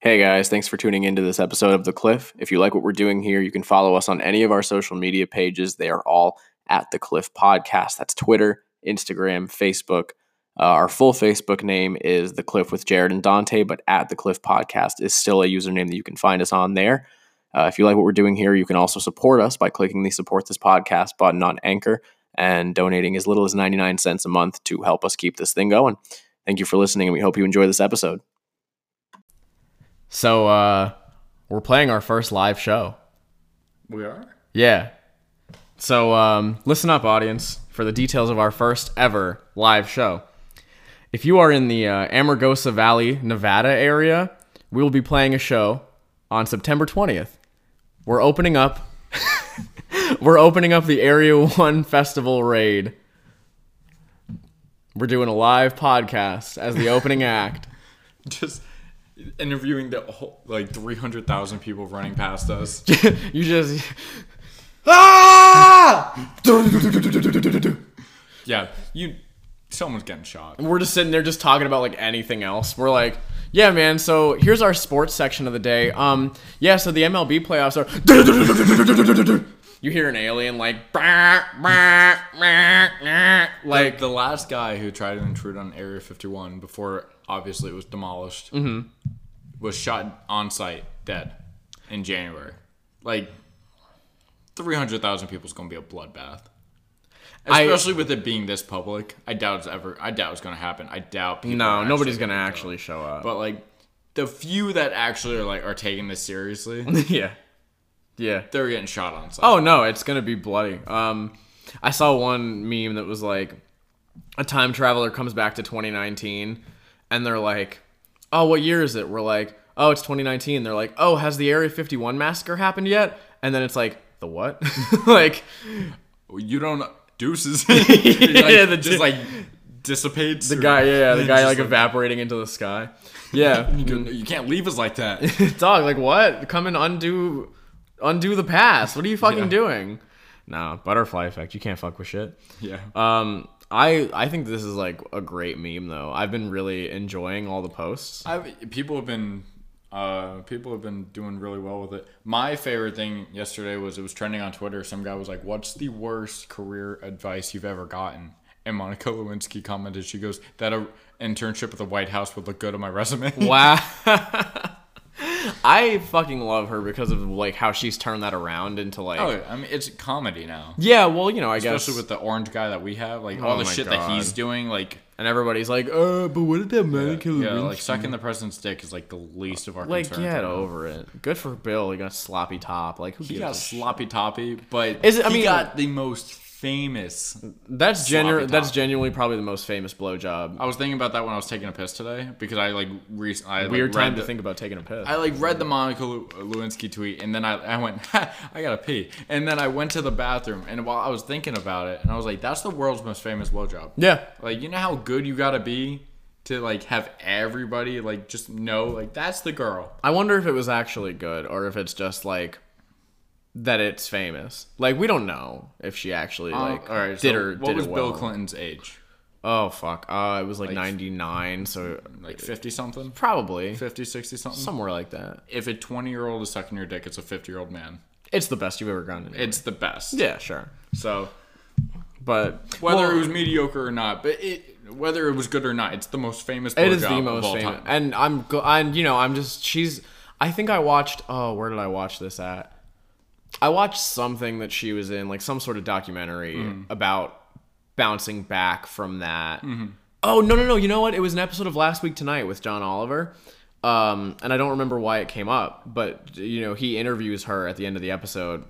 Hey guys, thanks for tuning into this episode of The Cliff. If you like what we're doing here, you can follow us on any of our social media pages. They are all at The Cliff Podcast. That's Twitter, Instagram, Facebook. Uh, our full Facebook name is The Cliff with Jared and Dante, but at The Cliff Podcast is still a username that you can find us on there. Uh, if you like what we're doing here, you can also support us by clicking the Support This Podcast button on Anchor and donating as little as 99 cents a month to help us keep this thing going. Thank you for listening, and we hope you enjoy this episode. So uh we're playing our first live show. We are? Yeah. So um listen up audience for the details of our first ever live show. If you are in the uh, Amargosa Valley, Nevada area, we will be playing a show on September 20th. We're opening up We're opening up the Area 1 Festival raid. We're doing a live podcast as the opening act. Just interviewing the whole, like 300,000 people running past us. you just ah! yeah, you. Someone's getting shot. We're just sitting there just talking about like anything else. We're like, yeah, man. So here's our sports section of the day. Um, yeah. So the MLB playoffs are. You hear an alien like, "Brr, brr, brr, brr," Like like the last guy who tried to intrude on Area 51 before obviously it was demolished Mm-hmm. was shot on site dead in January. Like 300,000 people's going to be a bloodbath. I- Especially with it being this public. I doubt it's ever I doubt it's going to happen. I doubt people no, are nobody's actually gonna actually show up. But like the few that actually are like are taking this seriously, yeah, yeah. they're getting shot on site. Oh no, it's gonna be bloody. Um, I saw one meme that was like, a time traveler comes back to 2019, and they're like, "Oh, what year is it?" We're like, "Oh, it's 2019." They're like, "Oh, has the Area 51 massacre happened yet?" And then it's like, "The what?" like, you don't deuces. yeah, the just like dissipates. the guy, yeah, yeah, the guy like evaporating into the sky. Yeah, you can't leave us like that. dog, like what? Come and undo, undo the past. What are you fucking Yeah. doing? Nah, butterfly effect. You can't fuck with shit. yeah, Um, I I think this is like a great meme though. I've been really enjoying all the posts. I've, people have been. Uh, people have been doing really well with it. My favorite thing yesterday was it was trending on Twitter. Some guy was like, "What's the worst career advice you've ever gotten?" And Monica Lewinsky commented, "She goes that a internship at the White House would look good on my resume." Wow. I fucking love her because of like how she's turned that around into like Oh, I mean, it's comedy now. Yeah, well, you know, I Especially guess with the orange guy that we have, like all Oh the my shit that God. he's doing, like and everybody's like, "Uh, but what did that man kill yeah, Lynch like sucking the president's dick is like the least of our Like, concerns. get right now. over it. Good for Bill. He got sloppy top. Like, who he gives a got shit? sloppy toppy, but Is it- I he mean- got the most famous. That's Sloppy genu- top. That's genuinely probably the most famous blowjob. I was thinking about that when I was taking a piss today because I like recently I, like, Weird read time to the- think about taking a piss. I like read the Monica Lew- Lewinsky tweet and then I, I went "Ha, I gotta pee and then I went to the bathroom and while I was thinking about it and I was like that's the world's most famous blowjob. yeah, Like you know how good you gotta be to like have everybody like just know like that's the girl. I wonder if it was actually good or if it's just like that it's famous. Like we don't know if she actually like Oh, all right, did so her what did was it Bill well. Clinton's age? Oh fuck. Uh it was like, 99, so Like 50 something? probably 50, 60 something? somewhere like that. if a 20 year old is sucking your dick, it's a 50 year old man. It's the best you've ever gotten. It's the best. yeah, sure. So But whether well, it was mediocre or not, but it, whether it was good or not, it's the most famous. it is blowjob the of most all famous. time. And I'm gl- and you know, I'm just she's I think I watched oh, where did I watch this at? I watched something that she was in, like some sort of documentary Mm. about bouncing back from that. Mm-hmm. Oh no no no! You know what? It was an episode of Last Week Tonight with John Oliver, um, and I don't remember why it came up, but you know he interviews her at the end of the episode,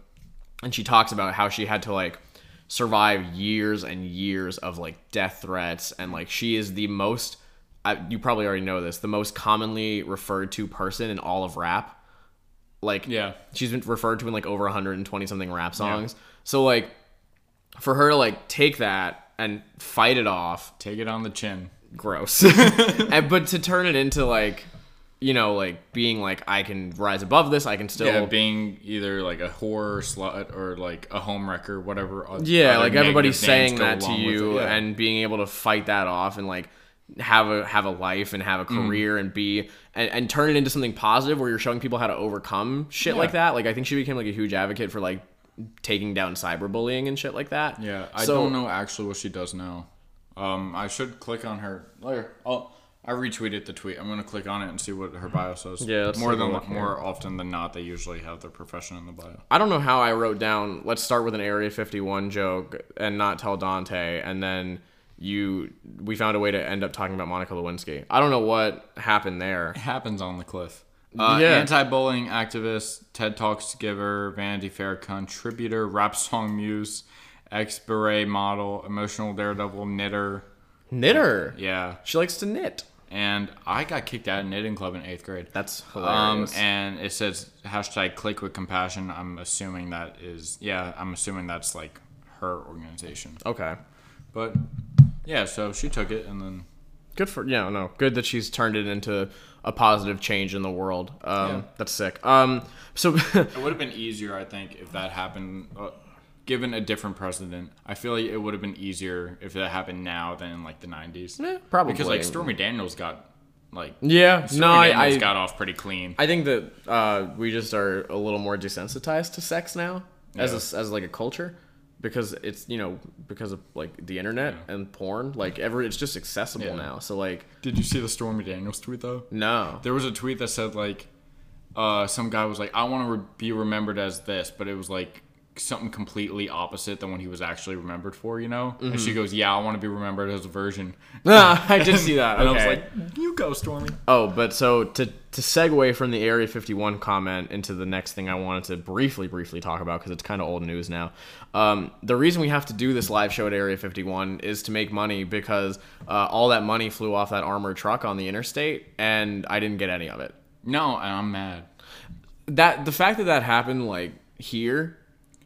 and she talks about how she had to like survive years and years of like death threats, and like she is the most. I, you probably already know this. The most commonly referred to person in all of rap like Yeah. she's been referred to in like over 120 something rap songs so like for her to like take that and fight it off Take it on the chin. gross and, but to turn it into like you know like being like i can rise above this i can still Yeah, yeah, being either like a horror slut or like a homewrecker, whatever. oth- other like everybody's negative saying names go that to along with you it, yeah. and being able to fight that off and like have a have a life and have a Mm. career and be and, and turn it into something positive where you're showing people how to overcome shit like that. Like I think she became like a huge advocate for like taking down cyberbullying and shit like that. Yeah, I So- don't know actually what she does now. Um, I should click on her later. I'll, I retweeted the tweet. I'm gonna click on it and see what her bio says. Yeah, let's more take a than look here. more often than not, they usually have their profession in the bio. I don't know how I wrote down. Let's start with an Area 51 joke and not tell Dante, and then you we found a way to end up talking about Monica Lewinsky. I don't know what happened there. It happens on the cliff. Uh, Yeah. Anti-bullying activist, TED Talks giver, Vanity Fair contributor, rap song muse, ex-beret model, emotional daredevil, knitter. Knitter. Yeah, She likes to knit. and I got kicked out of knitting club in eighth grade. That's Um, hilarious. and it says hashtag click with compassion. I'm assuming that is, yeah, I'm assuming that's like her organization. okay. But yeah, so she took it and then Good for yeah, no. Good that she's turned it into a positive change in the world. Um, Yeah. That's sick. Um, so it would have been easier, I think, if that happened, uh, given a different precedent. I feel like it would have been easier if that happened now than in like the 90s. Eh, probably. Because like Stormy Daniels got, like, yeah, Stormy no, I, Daniels I got off pretty clean. I think that uh, we just are a little more desensitized to sex now as a, as like a culture because it's you know because of like the internet and porn like every it's just accessible Yeah. now so like Did you see the Stormy Daniels tweet though? no There was a tweet that said like, uh, some guy was like, "I want to re- be remembered as this," but it was like something completely opposite than what he was actually remembered for, you know. And she goes, "Yeah, I want to be remembered as a virgin." Ah, I did see that and okay. I was like, "You go, Stormy." oh but so to to segue from the Area 51 comment into the next thing I wanted to briefly briefly talk about because it's kind of old news now um, the reason we have to do this live show at Area 51 is to make money because uh, all that money flew off that armored truck on the interstate and I didn't get any of it No, and I'm mad that the fact that that happened like here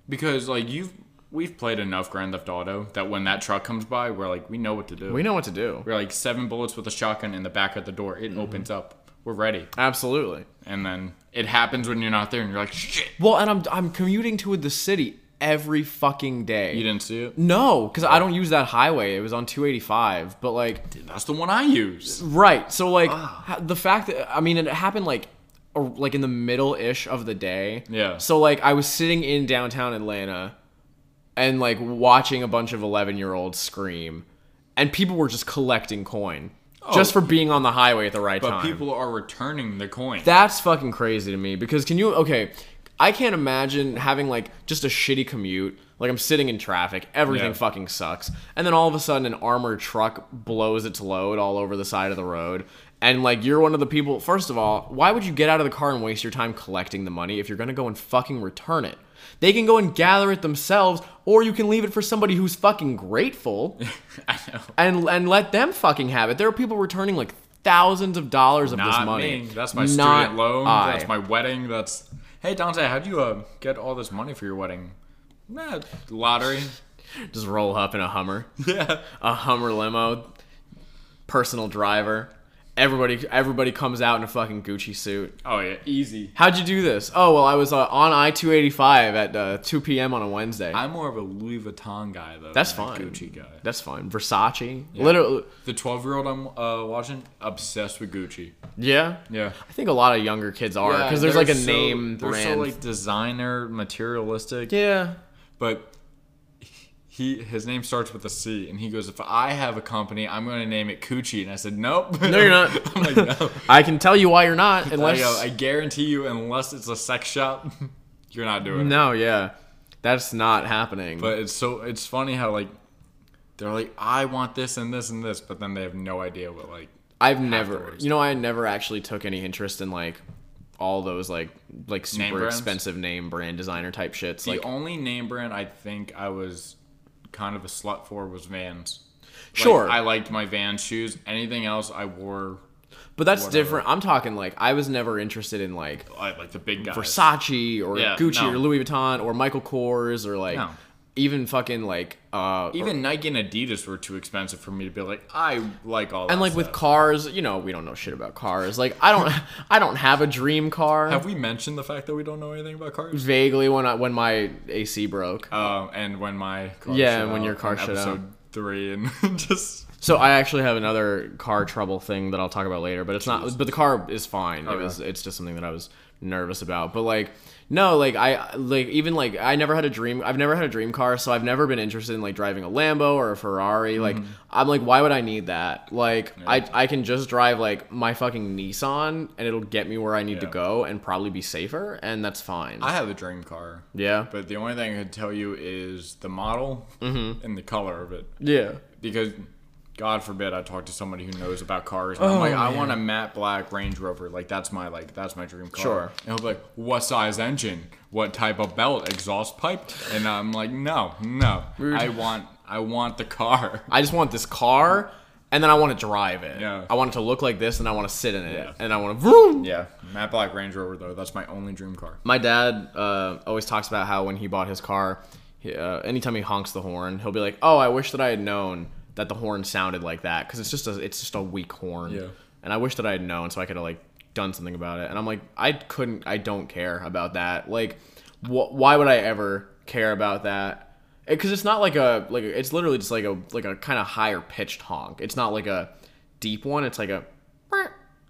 because like you've we've played enough Grand Theft Auto that when that truck comes by, we're like, we know what to do. we know what to do We're like seven bullets with a shotgun in the back of the door. It opens up. We're ready. absolutely And then it happens when you're not there, and you're like, shit. well and i'm i'm commuting to the city every fucking day You didn't see it. no because i don't use that highway it was on 285 but like That's the one I use. right so like Ah. ha- the fact that i mean it happened like a- like in the middle ish of the day Yeah. so like i was sitting in downtown atlanta and like watching a bunch of 11 year olds scream and people were just collecting coin just for being on the highway at the right Oh. But time people are returning the coin. That's fucking crazy to me because can you okay, I can't imagine having like just a shitty commute. Like I'm sitting in traffic, everything Yeah. fucking sucks. And then all of a sudden an armored truck blows its load all over the side of the road. And like you're one of the people first of all, why would you get out of the car and waste your time collecting the money if you're gonna go and fucking return it? They can go and gather it themselves, or you can leave it for somebody who's fucking grateful I know. and and let them fucking have it. There are people returning like thousands of dollars of this Not money. me. That's my Not student loan. I. That's my wedding. That's hey Dante, how'd you uh, get all this money for your wedding? Nah, lottery. Just roll up in a Hummer, yeah. a Hummer limo, personal driver. Everybody, everybody comes out in a fucking Gucci suit. Oh yeah, easy. How'd you do this? Oh well, I was uh, on I two eighty five at uh, two p.m. on a Wednesday. I'm more of a Louis Vuitton guy though. That's than a fine. Gucci guy. That's fine. Versace, literally, The 12 year old I'm uh, watching obsessed with Gucci. yeah. Yeah. Uh, I think a lot of younger kids are because there's like a name They're brand. so like designer materialistic. yeah, but he his name starts with a C, and he goes, "If I have a company, I'm going to name it Coochie." And I said, "Nope, No, you're not. I'm like, "No." I can tell you why you're not I unless go, I guarantee you, unless it's a sex shop, you're not doing it. No, yeah. That's not happening. But it's so it's funny how like they're like, "I want this and this and this," but then they have no idea what like. I've never, afterwards. you know, I never actually took any interest in like all those like like Name super brands? expensive name brand designer type shits. The Like, only name brand I think I was kind of a slut for was Vans. Like, Sure. I liked my Vans shoes. Anything else I wore, but that's different. I'm talking like I was never interested in like I like the big guys. Versace or Yeah, Gucci no. or Louis Vuitton or Michael Kors or like No. even fucking like uh Even Nike and Adidas were too expensive for me to be like, I like all. and that like with stuff. cars, you know, we don't know shit about cars. Like I don't I don't have a dream car. have we mentioned the fact that we don't know anything about cars? Vaguely when I when my AC broke. Um, and when my car Yeah, shut and when out your car in shut episode three and just So I actually have another car trouble thing that I'll talk about later, but it's not. But the car is fine. It was. It's just something that I was nervous about. But like, no, like I like even like I never had a dream. I've never had a dream car, so I've never been interested in like driving a Lambo or a Ferrari. Like Mm-hmm. I'm like, why would I need that? Like I I can just drive like my fucking Nissan, and it'll get me where I need to Yeah. go, and probably be safer, and that's fine. I have a dream car. yeah. But the only thing I could tell you is the model Mm-hmm. and the color of it. yeah. Because, God forbid, I talk to somebody who knows about cars. And I'm like, I want a matte black Range Rover. Like that's my like that's my dream car. Sure. And he'll be like, what size engine? What type of belt? Exhaust pipe? And I'm like, no, no. I want I want the car. I just want this car, and then I want to drive it. Yeah. I want it to look like this, and I want to sit in it, Yeah. and I want to vroom. Yeah, matte black Range Rover though. That's my only dream car. My dad uh, always talks about how when he bought his car, he, uh, anytime he honks the horn, he'll be like, "Oh, I wish that I had known that the horn sounded like that because it's just a it's just a weak horn." Yeah. And I wish that I had known so I could have like done something about it. And I'm like, I couldn't. I don't care about that. Like, wh- why would I ever care about that? Because it's not like a like it's literally just like a like a kind of higher pitched honk. It's not like a deep one. It's like a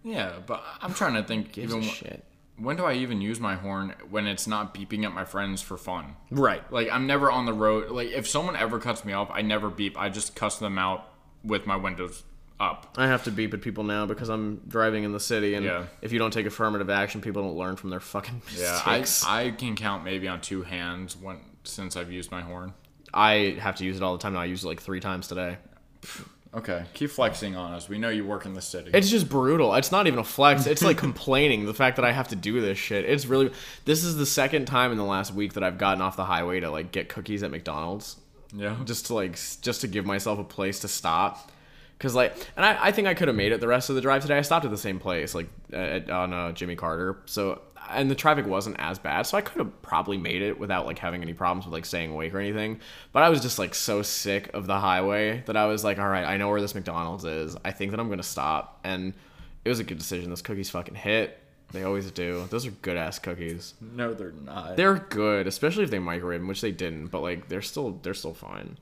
Yeah, but I'm trying to think. even wh- shit. when do I even use my horn when it's not beeping at my friends for fun? Right. Like I'm never on the road. Like if someone ever cuts me off, I never beep. I just cuss them out with my windows up. I have to beep at people now because I'm driving in the city, and Yeah. if you don't take affirmative action, people don't learn from their fucking Yeah, I, mistakes. I can count maybe on two hands when since I've used my horn. I, have to use it all the time now. I used it like three times today. Okay, keep flexing on us. We know you work in the city. It's just brutal. It's not even a flex. It's like complaining the fact that I have to do this shit. It's really. This is the second time in the last week that I've gotten off the highway to like get cookies at McDonald's. yeah, just to like s- just to give myself a place to stop because like and I, I think i could have made it the rest of the drive today i stopped at the same place like at, on uh, jimmy carter so and the traffic wasn't as bad so i could have probably made it without like having any problems with like staying awake or anything but i was just like so sick of the highway that i was like all right i know where this mcdonald's is i think that i'm gonna stop and it was a good decision those cookies fucking hit they always do those are good ass cookies no, they're not. they're good, especially if they microwave them, which they didn't. But like, they're still they're still fine.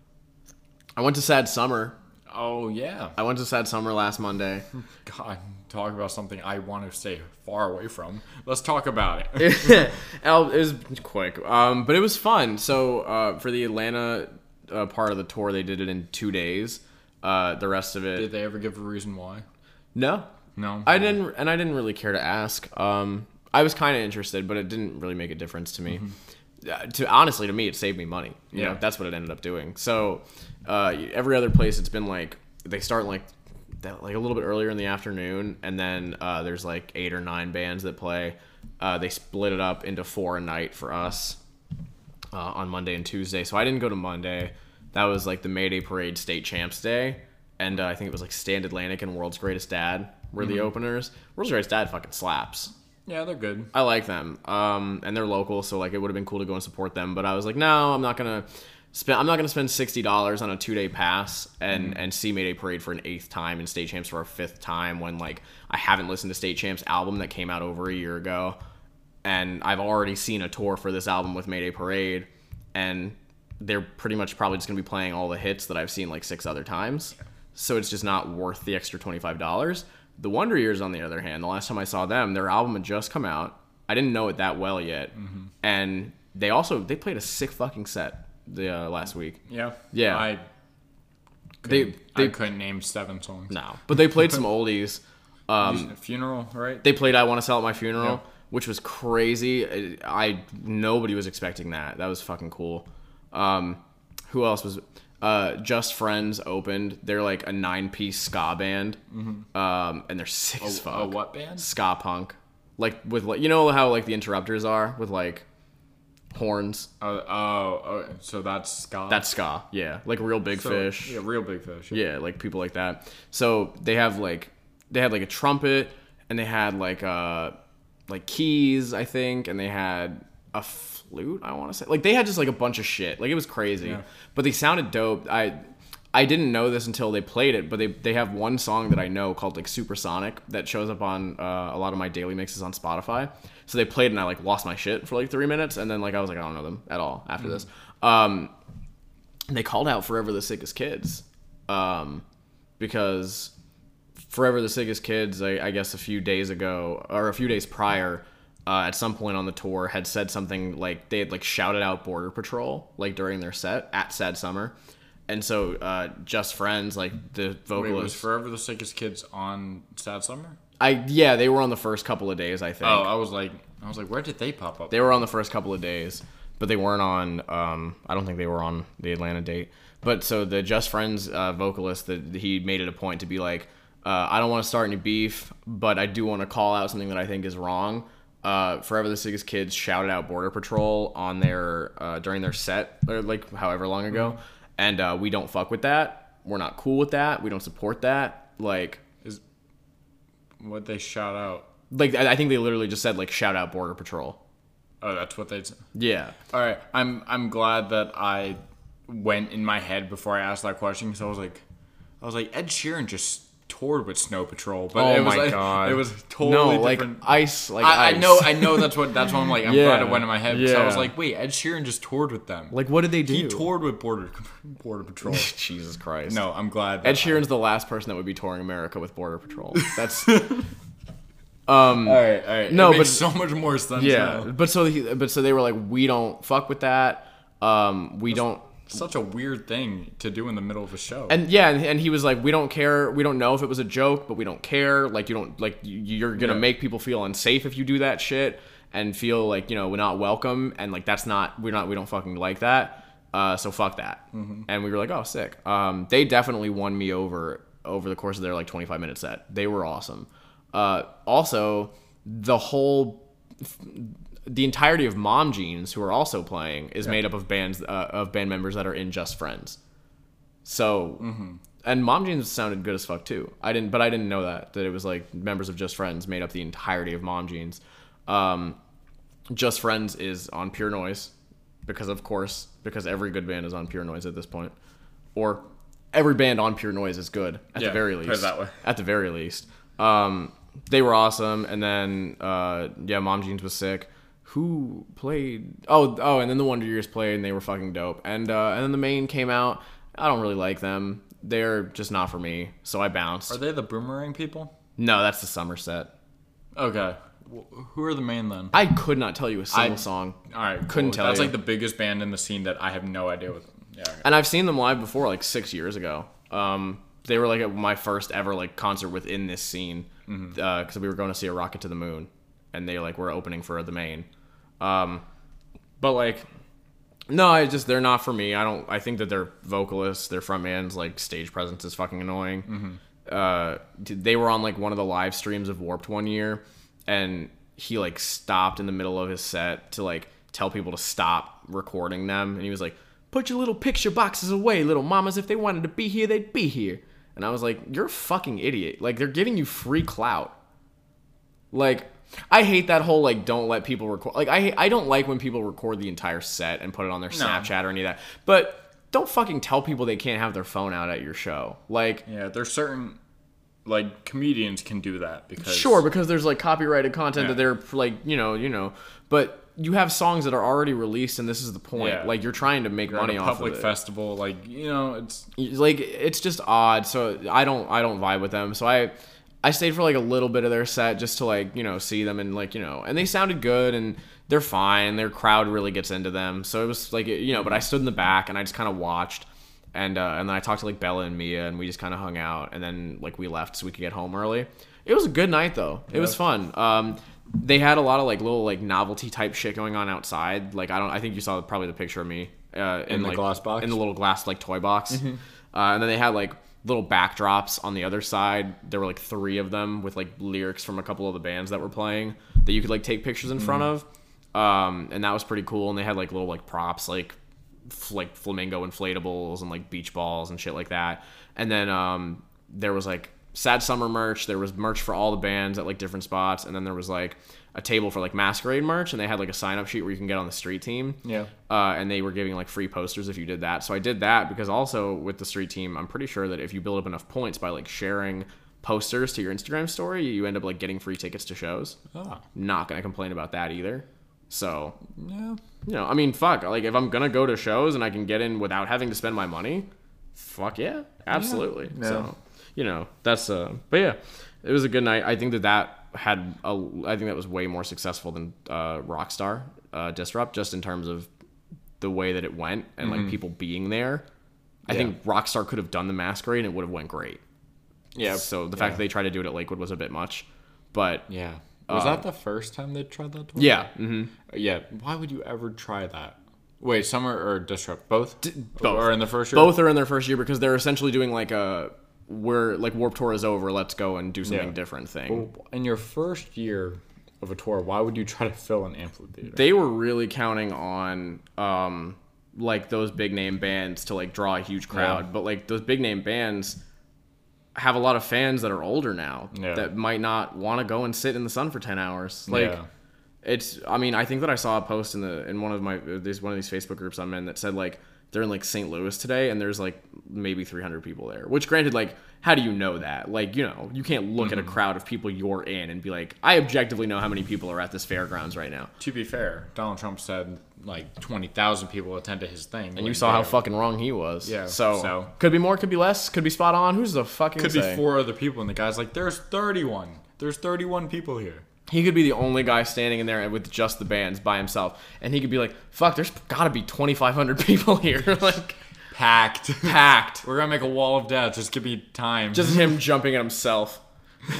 I went to Sad Summer. oh yeah. I went to Sad Summer last Monday. God, talk about something I want to stay far away from. Let's talk about it. I'll- it was quick, um, but it was fun. So uh, for the Atlanta uh, part of the tour, they did it in two days. Uh, the rest of Did it, they ever give a reason why? no, No. I didn't, and I didn't really care to ask. Um, I was kind of interested, but it didn't really make a difference to me. Uh, to honestly, to me, it saved me money. You know, Yeah. that's what it ended up doing. So uh, every other place, it's been like they start like that, like a little bit earlier in the afternoon, and then uh, there's like eight or nine bands that play. Uh, they split it up into four a night for us uh, on Monday and Tuesday. So I didn't go to Monday. That was like the Mayday Parade State Champs Day, and uh, I think it was like Stand Atlantic and World's Greatest Dad were the openers. World's Greatest Dad fucking slaps. Yeah, they're good. I like them, um, and they're local, so like it would have been cool to go and support them. But I was like, no, I'm not gonna spend. I'm not gonna spend sixty dollars on a two day pass and and see Mayday Parade for an eighth time and State Champs for a fifth time when like I haven't listened to State Champs album that came out over a year ago, and I've already seen a tour for this album with Mayday Parade, and they're pretty much probably just gonna be playing all the hits that I've seen like six other times. So it's just not worth the extra twenty five dollars. The Wonder Years, on the other hand, the last time I saw them, their album had just come out. I didn't know it that well yet, Mm-hmm. and they also they played a sick fucking set the uh, last week. Yeah. Yeah. I They I they couldn't name seven songs. no, but they played some oldies. funeral, right? They played "I Want to Sell at My Funeral," which was crazy. I, I- nobody was expecting that. That was fucking cool. Um, who else was? Uh, Just Friends opened. They're like a nine-piece ska band, um, and they're sick as fuck. Mm-hmm. a what band? ska punk, like with like you know how like the interrupters are with like horns. Oh, oh, oh, so that's Scott. That's ska, yeah, like real big fish, Yeah, real big fish. yeah, like people like that. So they have like they had like a trumpet and they had like uh like keys, I think, and they had a flute, I want to say. Like they had just like a bunch of shit. Like it was crazy. But they sounded dope. I I didn't know this until they played it, but they, they have one song that I know called like Supersonic that shows up on uh, a lot of my daily mixes on Spotify. So they played and I like lost my shit for like three minutes, and then like I was like I don't know them at all after this. Um, they called out Forever the Sickest Kids um, because Forever the Sickest Kids, I, I guess a few days ago or a few days prior, uh, at some point on the tour, had said something like they had like shouted out Border Patrol like during their set at Sad Summer, and so uh, Just Friends, like the Wait, was vocalist, Forever the Sickest Kids on Sad Summer? I yeah, they were on the first couple of days, I think. Oh, I was like, I was like, where did they pop up? They were on the first couple of days, but they weren't on. Um, I don't think they were on the Atlanta date. But so the Just Friends uh, vocalist, that he made it a point to be like, uh, I don't want to start any beef, but I do want to call out something that I think is wrong. Uh, Forever the Sickest Kids shouted out Border Patrol on their uh, during their set, or like however long ago, and uh, we don't fuck with that. We're not cool with that. We don't support that. Like, what they shout out? like I I think they literally just said like shout out Border Patrol. Oh, that's what they. Yeah. All right, I'm I'm glad that I went in my head before I asked that question because I was like, I was like Ed Sheeran just toured with Snow Patrol, but Oh it was my like, God. it was No, totally like different. ice. Like I, I ice. know, I know. That's what. That's what I'm like. I'm glad Yeah, it went in my head. because I was yeah. like, wait, Ed Sheeran just toured with them. Like, what did they do? he toured with Border Border Patrol. Jesus Christ. no, I'm glad. Ed that- Sheeran's the last person that would be touring America with Border Patrol. That's all right, all right. No, it makes but- so much more sense. yeah. now. But so, he, but so they were like, we don't fuck with that. Um, we don't. such a weird thing to do in the middle of a show. And yeah, and, and he was like, we don't care. We don't know if it was a joke, but we don't care. Like you don't like you, you're gonna Yeah. make people feel unsafe if you do that shit and feel like you know we're not welcome and like that's not we're not we don't fucking like that. Uh, so fuck that. And we were like, oh sick. Um, they definitely won me over over the course of their like 25 minute set. They were awesome. Uh, also, the whole the entirety of Mom Jeans, who are also playing, is made up of bands uh, of band members that are in Just Friends. So, Mm-hmm. and Mom Jeans sounded good as fuck too. I didn't, but I didn't know that that it was like members of Just Friends made up the entirety of Mom Jeans. Um, Just Friends is on Pure Noise because, of course, because every good band is on Pure Noise at this point, or every band on Pure Noise is good at Yeah, the very put it least. that way. At the very least, um, they were awesome. And then, uh, yeah, Mom Jeans was sick. Who played? Oh, oh, and then the Wonder Years played, and they were fucking dope. And uh, and then the main came out. I don't really like them. They're just not for me. So I bounced. Are they the boomerang people? no, that's the Somerset. Okay. Wh- Who are the main then? I could not tell you a single I- song. All right, Couldn't cool. tell That's you. like the biggest band in the scene that I have no idea what. Yeah. okay. And I've seen them live before, like six years ago. Um, they were like at my first ever like concert within this scene because we were going to see a rocket to the moon, and they like were opening for the main. Um, but like, no, I just they're not for me. I don't. I think that their vocalists, their frontman's like stage presence is fucking annoying. Uh, d- they were on like one of the live streams of Warped one year, and he like stopped in the middle of his set to like tell people to stop recording them, and he was like, "Put your little picture boxes away, little mamas. If they wanted to be here, they'd be here." And I was like, "You're a fucking idiot! Like they're giving you free clout." Like I hate that whole like don't let people record. Like I I don't like when people record the entire set and put it on their Snapchat or any of that. But don't fucking tell people they can't have their phone out at your show. Like Yeah, there's certain like comedians can do that because sure because there's like copyrighted content that Yeah. they're like you know you know but you have songs that are already released and this is the point Yeah. like you're trying to make at money a off public of it. festival, like you know, it's like it's just odd so i don't i don't vibe with them so i i stayed for like a little bit of their set just to like you know see them and like you know and they sounded good and they're fine their crowd really gets into them so it was like you know but i stood in the back and i just kind of watched and uh, and then i talked to like bella and mia and we just kind of hung out and then like we left so we could get home early it was a good night though it was fun um they had a lot of like little like novelty type shit going on outside like i don't i think you saw probably the picture of me uh, in, the like, glass box? in the little glass like toy box. Uh, and then they had like little backdrops on the other side. There were like three of them with like lyrics from a couple of the bands that were playing that you could like take pictures in front of. Um, and that was pretty cool. And they had like little like props like f- like flamingo inflatables and like beach balls and shit like that. And then um, there was like sad summer merch. There was merch for all the bands at like different spots. And then there was like a table for like masquerade merch and they had like a sign up sheet where you can get on the street team Yeah. uh, and they were giving like free posters if you did that. So I did that because also with the street team, I'm pretty sure that if you build up enough points by like sharing posters to your Instagram story, you end up like getting free tickets to shows. ah, Not gonna complain about that either. So yeah. you know, I mean, fuck. Like if I'm gonna go to shows and I can get in without having to spend my money, fuck yeah, absolutely. Yeah. So you know, that's uh. But yeah, it was a good night. I think that that had a. I think that was way more successful than uh, Rockstar uh, Disrupt, just in terms of the way that it went and like people being there. I think Rockstar could have done the masquerade and it would have went great. Yeah. So the fact that they tried to do it at Lakewood was a bit much, but yeah, Uh, Yeah. Was that the first time they tried that? Toy? yeah mhm. Yeah. Why would you ever try that? Wait, summer or disrupt both? both. Or in the first year? both are in their first year because they're essentially doing like a we're like Warp Tour is over, let's go and do something Yeah. different thing. In your first year of a tour, why would you try to fill an amphitheater? they were really counting on um like those big name bands to like draw a huge crowd but like those big name bands have a lot of fans that are older now Yeah. that might not want to go and sit in the sun for 10 hours like Yeah. it's i mean i think that i saw a post in the in one of my this one of these facebook groups i'm in that said like they're in like st louis today and there's like maybe 300 people there which granted like how do you know that like you know you can't look at Mm-hmm. a crowd of people you're in and be like i objectively know how many people are at this fairgrounds right now to be fair, Donald Trump said like 20,000 people attended his thing. And you saw how fucking wrong he was. Yeah, So, so- could be more, could be less, could be spot on. Who's the fucking could be say? four other people, and the guy's like, there's 31. There's 31 people here. He could be the only guy standing in there with just the bands by himself, and he could be like, "Fuck, there's gotta be 2,500 people here." like Packed. packed. We're gonna make a wall of death. Just give me time. Just him jumping at himself.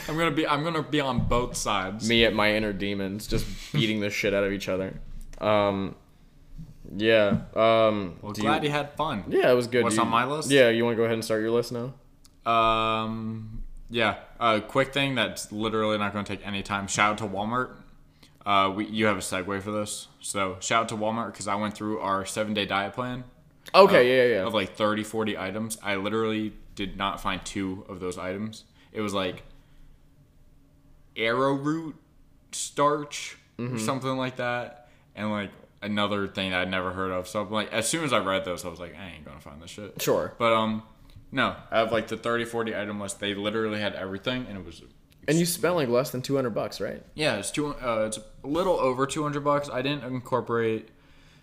I'm gonna be I'm gonna be on both sides. Me at my inner demons, just beating the shit out of each other. Um, yeah. Um, Well, do glad you, you had fun. yeah, it was good. What's Do you- on my list? Yeah, you want to go ahead and start your list now? Um, yeah. A uh, quick thing that's literally not going to take any time. Shout out to Walmart. Uh, we, you have a segue for this, so shout out to Walmart because I went through our seven day diet plan Okay. yeah, yeah, yeah. Oh. of like 30, 40 items. I literally did not find two of those items. It was like arrowroot starch Mm-hmm. or something like that, and like another thing that I'd never heard of. So I'm like, as soon as I read those, I was like, I ain't gonna find this shit. Sure. But um, no, out of like the 30, 40 item list, they literally had everything, and it was And you spent like less than 200 bucks, right? yeah, it's two. Uh, it's a little over two hundred bucks. I didn't incorporate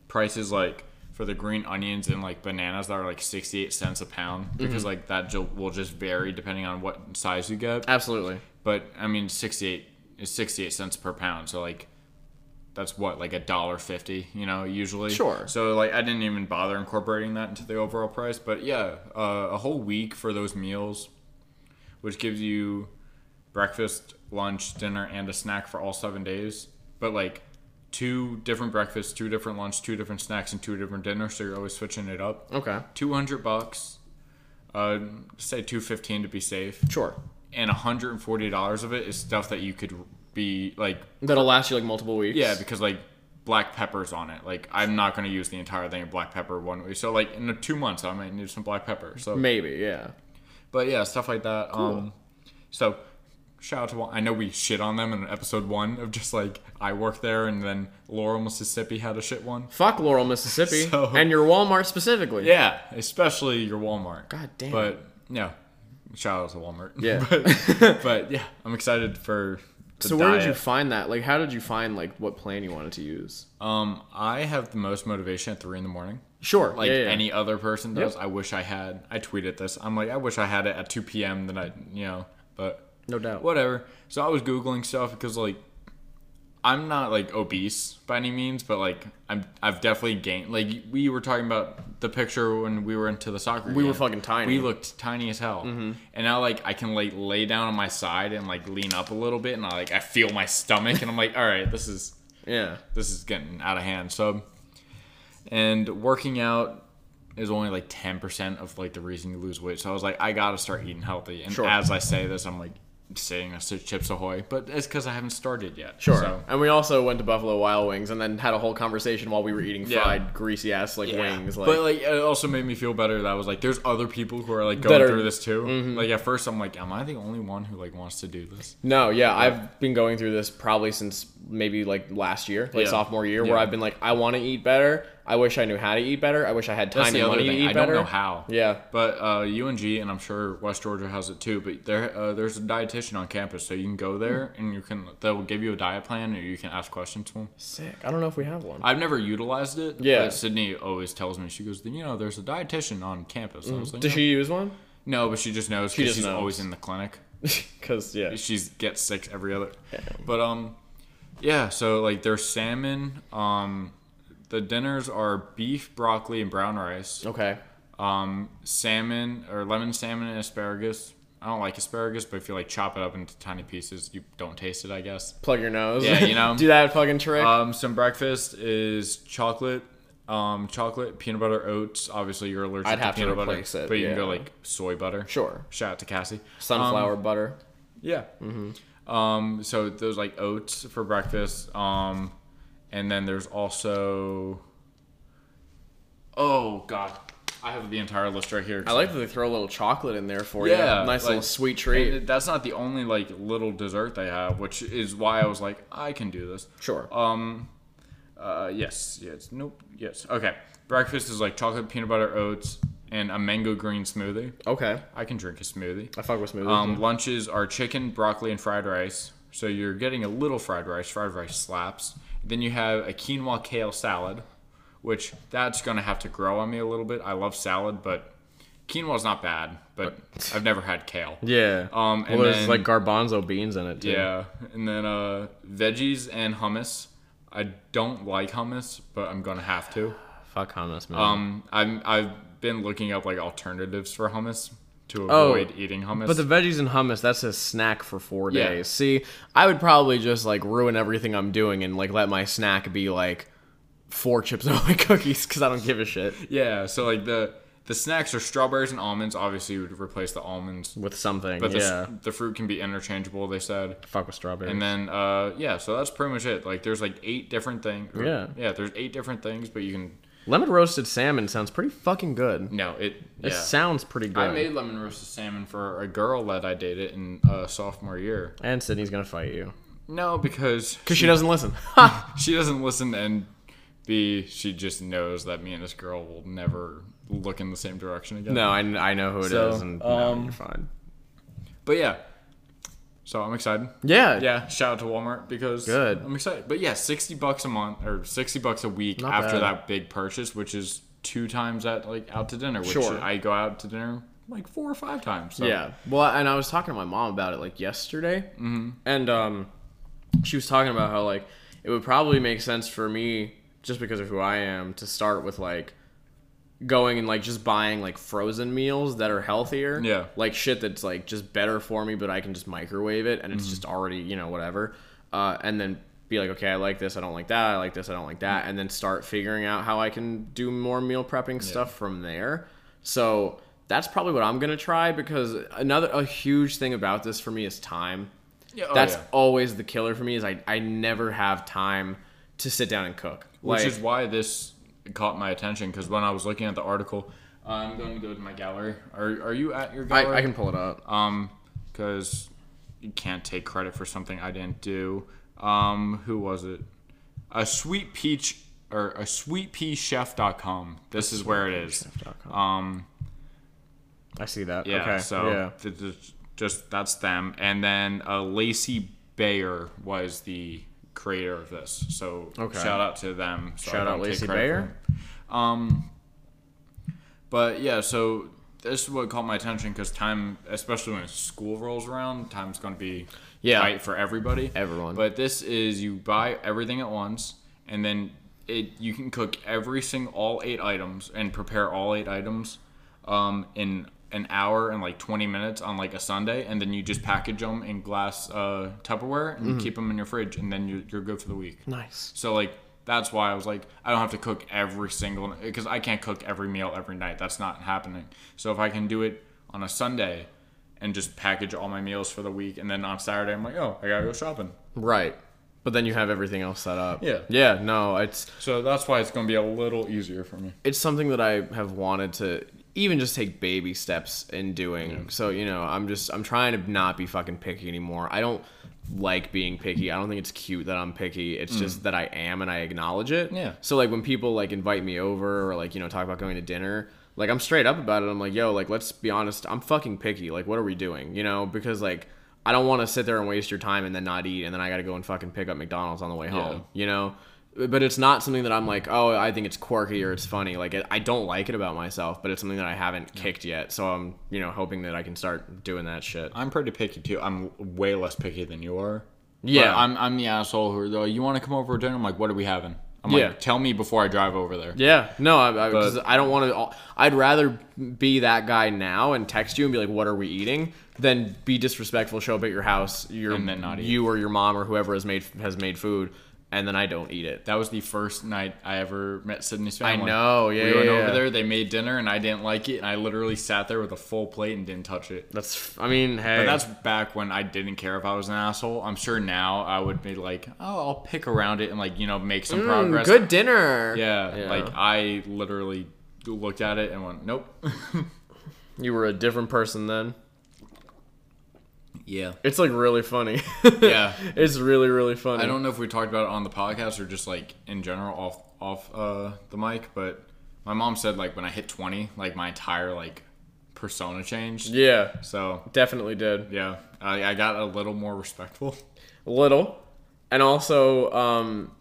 prices like for the green onions and like bananas that are like sixty eight cents a pound because like that ju- will just vary depending on what size you get. Absolutely. But I mean, sixty eight is sixty eight cents per pound. So like. That's what like a dollar fifty, you know, usually. Sure. So like, I didn't even bother incorporating that into the overall price, but yeah, uh, a whole week for those meals, which gives you breakfast, lunch, dinner, and a snack for all seven days. But like two different breakfasts, two different lunch, two different snacks, and two different dinners. So you're always switching it up. Okay. Two hundred bucks, uh, say two fifteen to be safe, Sure. and hundred and forty dollars of it is stuff that you could be like, That'll last you like multiple weeks. yeah, because like black pepper's on it. Like I'm not gonna use the entire thing of black pepper one week. So like in the two months, I might need some black pepper. So Maybe, yeah. But yeah, stuff like that. Um, so shout out to Wa- I know we shit on them in episode one of just like I work there, and then Laurel, Mississippi had a shit one. Fuck Laurel, Mississippi, So- and your Walmart specifically. Yeah, especially your Walmart. God damn. But yeah, shout out to Walmart. Yeah. but, but yeah, I'm excited for. The so where did you diet. find that? Like, how did you find like what plan you wanted to use? Um, I have the most motivation at three in the morning. Sure, like yeah, yeah. any other person does. I wish I had. I tweeted this. I'm like, I wish I had it at 2 p.m. Then I, you know, but No doubt. whatever. So I was googling stuff because like, I'm not like obese by any means, but like I'm, I've definitely gained. Like we were talking about the picture when we were into the soccer. We were fucking tiny. Mm-hmm. We looked tiny as hell. And now like I can like lay down on my side and like lean up a little bit, and I like I feel my stomach, and I'm like, all right, this is Yeah. this is getting out of hand. So, and working out is only like 10% of like the reason you lose weight. So I was like, I gotta start eating healthy. And Sure. as I say this, I'm like saying this to Chips Ahoy, but it's because I haven't started yet. Sure. So, And we also went to Buffalo Wild Wings and then had a whole conversation while we were eating Yeah. fried, greasy ass like yeah. wings. Like, but like it also made me feel better that I was like, there's other people who are like going That are- Mm-hmm. through this too. Like at first, I'm like, am I the only one who like wants to do this? no, yeah, I've been going through this probably since maybe like last year, like Yeah. sophomore year, where Yeah. I've been like, I want to eat better. I wish I knew how to eat better. I wish I had time That's the and other money to thing. eat I better. don't know how. Yeah. But uh, UNG, and I'm sure West Georgia has it too. But there, uh, there's a dietitian on campus, so you can go there Hmm. and you can they'll give you a diet plan, or you can ask questions to them. Sick. I don't know if we have one. I've never utilized it. Yeah. But Sydney always tells me she goes, you know, there's a dietitian on campus. And I was like, Hmm. Does "Yeah." she use one? No, but she just knows because just she's knows. always in the clinic. Because yeah, She's gets sick every other. But um, yeah. So like there's salmon. Um, the dinners are beef, broccoli, and brown rice. okay, Um, salmon or lemon salmon and asparagus. I don't like asparagus, but if you like chop it up into tiny pieces, you don't taste it, I guess. plug your nose. Yeah, you know. do that fucking trick. Um, some breakfast is chocolate, um, chocolate, peanut butter, oats. Obviously, you're allergic I'd to have to peanut butter, replace it, but you can go yeah. like soy butter. sure, Um, Shout out to Cassie. Um, sunflower Mm-hmm. butter. Yeah. Um, so there's like oats for breakfast. Um, and then there's also. Oh God, I have the entire list right here. I like that they throw a little chocolate in there for Yeah, you. Nice little like- sweet treat. And that's not the only like little dessert they have, which is why I was like, I can do this. sure. Um, uh, yes, yes, nope, yes. Okay, breakfast is like chocolate, peanut butter, oats, and a mango green smoothie. okay. I can drink a smoothie. I fuck with smoothies. Um, lunches are chicken, broccoli, and fried rice. So you're getting a little fried rice. Fried rice slaps. Then you have a quinoa kale salad, which that's gonna have to grow on me a little bit. I love salad, but quinoa's not bad. But I've never had kale. yeah. um, and well, there's then- like garbanzo beans in it too. Yeah, and then uh, veggies and hummus. I don't like hummus, but I'm gonna have to. Fuck hummus, man. Um, I'm I've been looking up like alternatives for hummus to Oh, avoid eating hummus. But the veggies and hummus, that's a snack for four Yeah. days. See, I would probably just like ruin everything I'm doing and like let my snack be like four chips and my cookies because I don't give a shit Yeah, so like the the snacks are strawberries and almonds. Obviously, you would replace the almonds, with something. but the, yeah. the fruit can be interchangeable. They said, Fuck with strawberries. and then uh, yeah, so that's pretty much it. Like there's like eight different things. Yeah. yeah, there's eight different things, but you can Lemon roasted salmon sounds pretty fucking good. no it. It Yeah. sounds pretty good. I made lemon roasted salmon for a girl that I dated in uh, sophomore year. and Sydney's gonna fight you No, because because she doesn't listen. she doesn't listen, and B, she just knows that me and this girl will never look in the same direction again. no, I, I know who it is, So, and no, um, you're fine. But yeah, so I'm excited. Yeah, Yeah, shout out to Walmart because Good. I'm excited. But yeah, sixty bucks a month or sixty bucks a week Not after bad. that big purchase, which is two times that like out to dinner. Which Sure. I go out to dinner like four or five times. So. Yeah. Well, and I was talking to my mom about it like yesterday, mm-hmm. and um, she was talking about how like it would probably make sense for me just because of who I am to start with like going and like just buying like frozen meals that are healthier. Yeah. Like shit that's like just better for me, but I can just microwave it and it's just already you know whatever. Uh, and then be like, okay, I like this, I don't like that, I like this, I don't like that, and then start figuring out how I can do more meal prepping stuff from there. So that's probably what I'm gonna try because another a huge thing about this for me is time. Yeah, oh that's yeah. always the killer for me is I, I never have time to sit down and cook. Which like, is why this caught my attention because when I was looking at the article, I'm going to go to my gallery. Are, are you at your I, gallery? I can pull it up. Um, because you can't take credit for something I didn't do. Um, who was it? A sweet peach or a sweetpeachchef.com. This is where it is. Um, I see that. yeah. okay. So yeah. th- th- just that's them. And then uh, Lacey Bayer was the creator of this. So Okay. shout out to them. So I Shout out don't take Lacey credit for Bayer. them. Um, but yeah, so this is what caught my attention because time, especially when school rolls around, time's going to be Yeah. tight for everybody. Everyone. But this is you buy everything at once, and then it you can cook every single all eight items and prepare all eight items um, in an hour and like 20 minutes on like a Sunday, and then you just package them in glass uh, Tupperware and you keep them in your fridge, and then you're, you're good for the week. Nice. So like that's why I was like I don't have to cook every single because I can't cook every meal every night. That's not happening. So if I can do it on a Sunday and just package all my meals for the week and then on Saturday I'm like, "Oh, I got to go shopping." Right. But then you have everything else set up. Yeah. Yeah, no, it's So that's why it's going to be a little easier for me. it's something that I have wanted to even just take baby steps in doing. So, you know, I'm just I'm trying to not be fucking picky anymore. I don't like being picky. I don't think it's cute that I'm picky. It's just that I am and I acknowledge it. Hmm. Yeah. So like when people like invite me over or like, you know, talk about going to dinner, like I'm straight up about it. I'm like, yo, like let's be honest, I'm fucking picky. Like what are we doing? You know, because like I don't want to sit there and waste your time and then not eat and then I got to go and fucking pick up McDonald's on the way home, you know? but it's not something that I'm like, oh, I think it's quirky or it's funny. Like it, I don't like it about myself, but it's something that I haven't kicked yet. So I'm, you know, hoping that I can start doing that shit. I'm pretty picky too. I'm way less picky than you are. Yeah. But I'm I'm the asshole who though you want to come over for dinner. I'm like, what are we having? I'm Yeah. like, tell me before I drive over there. Yeah, no, I, I, 'cause I don't want to. I'd rather be that guy now and text you and be like, "What are we eating?" than be disrespectful, show up at your house, your And then not eat. you or your mom or whoever has made has made food, and then I don't eat it. That was the first night I ever met Sydney's family. know, yeah, We went yeah, over yeah. there. They made dinner, and I didn't like it. And I literally sat there with a full plate and didn't touch it. That's, I mean, hey, But that's back when I didn't care if I was an asshole. I'm sure now I would be like, oh, I'll pick around it and like you know make some Mm, progress. good dinner. Yeah, Yeah. Like I literally looked at it and went, nope. you were a different person then. yeah. It's like really funny. Yeah. it's really really funny. I don't know if we talked about it on the podcast or just like in general off off uh, the mic, but my mom said like when I hit 20, like my entire like persona changed. Yeah, So definitely did yeah, I, I got a little more respectful. little, and also, um,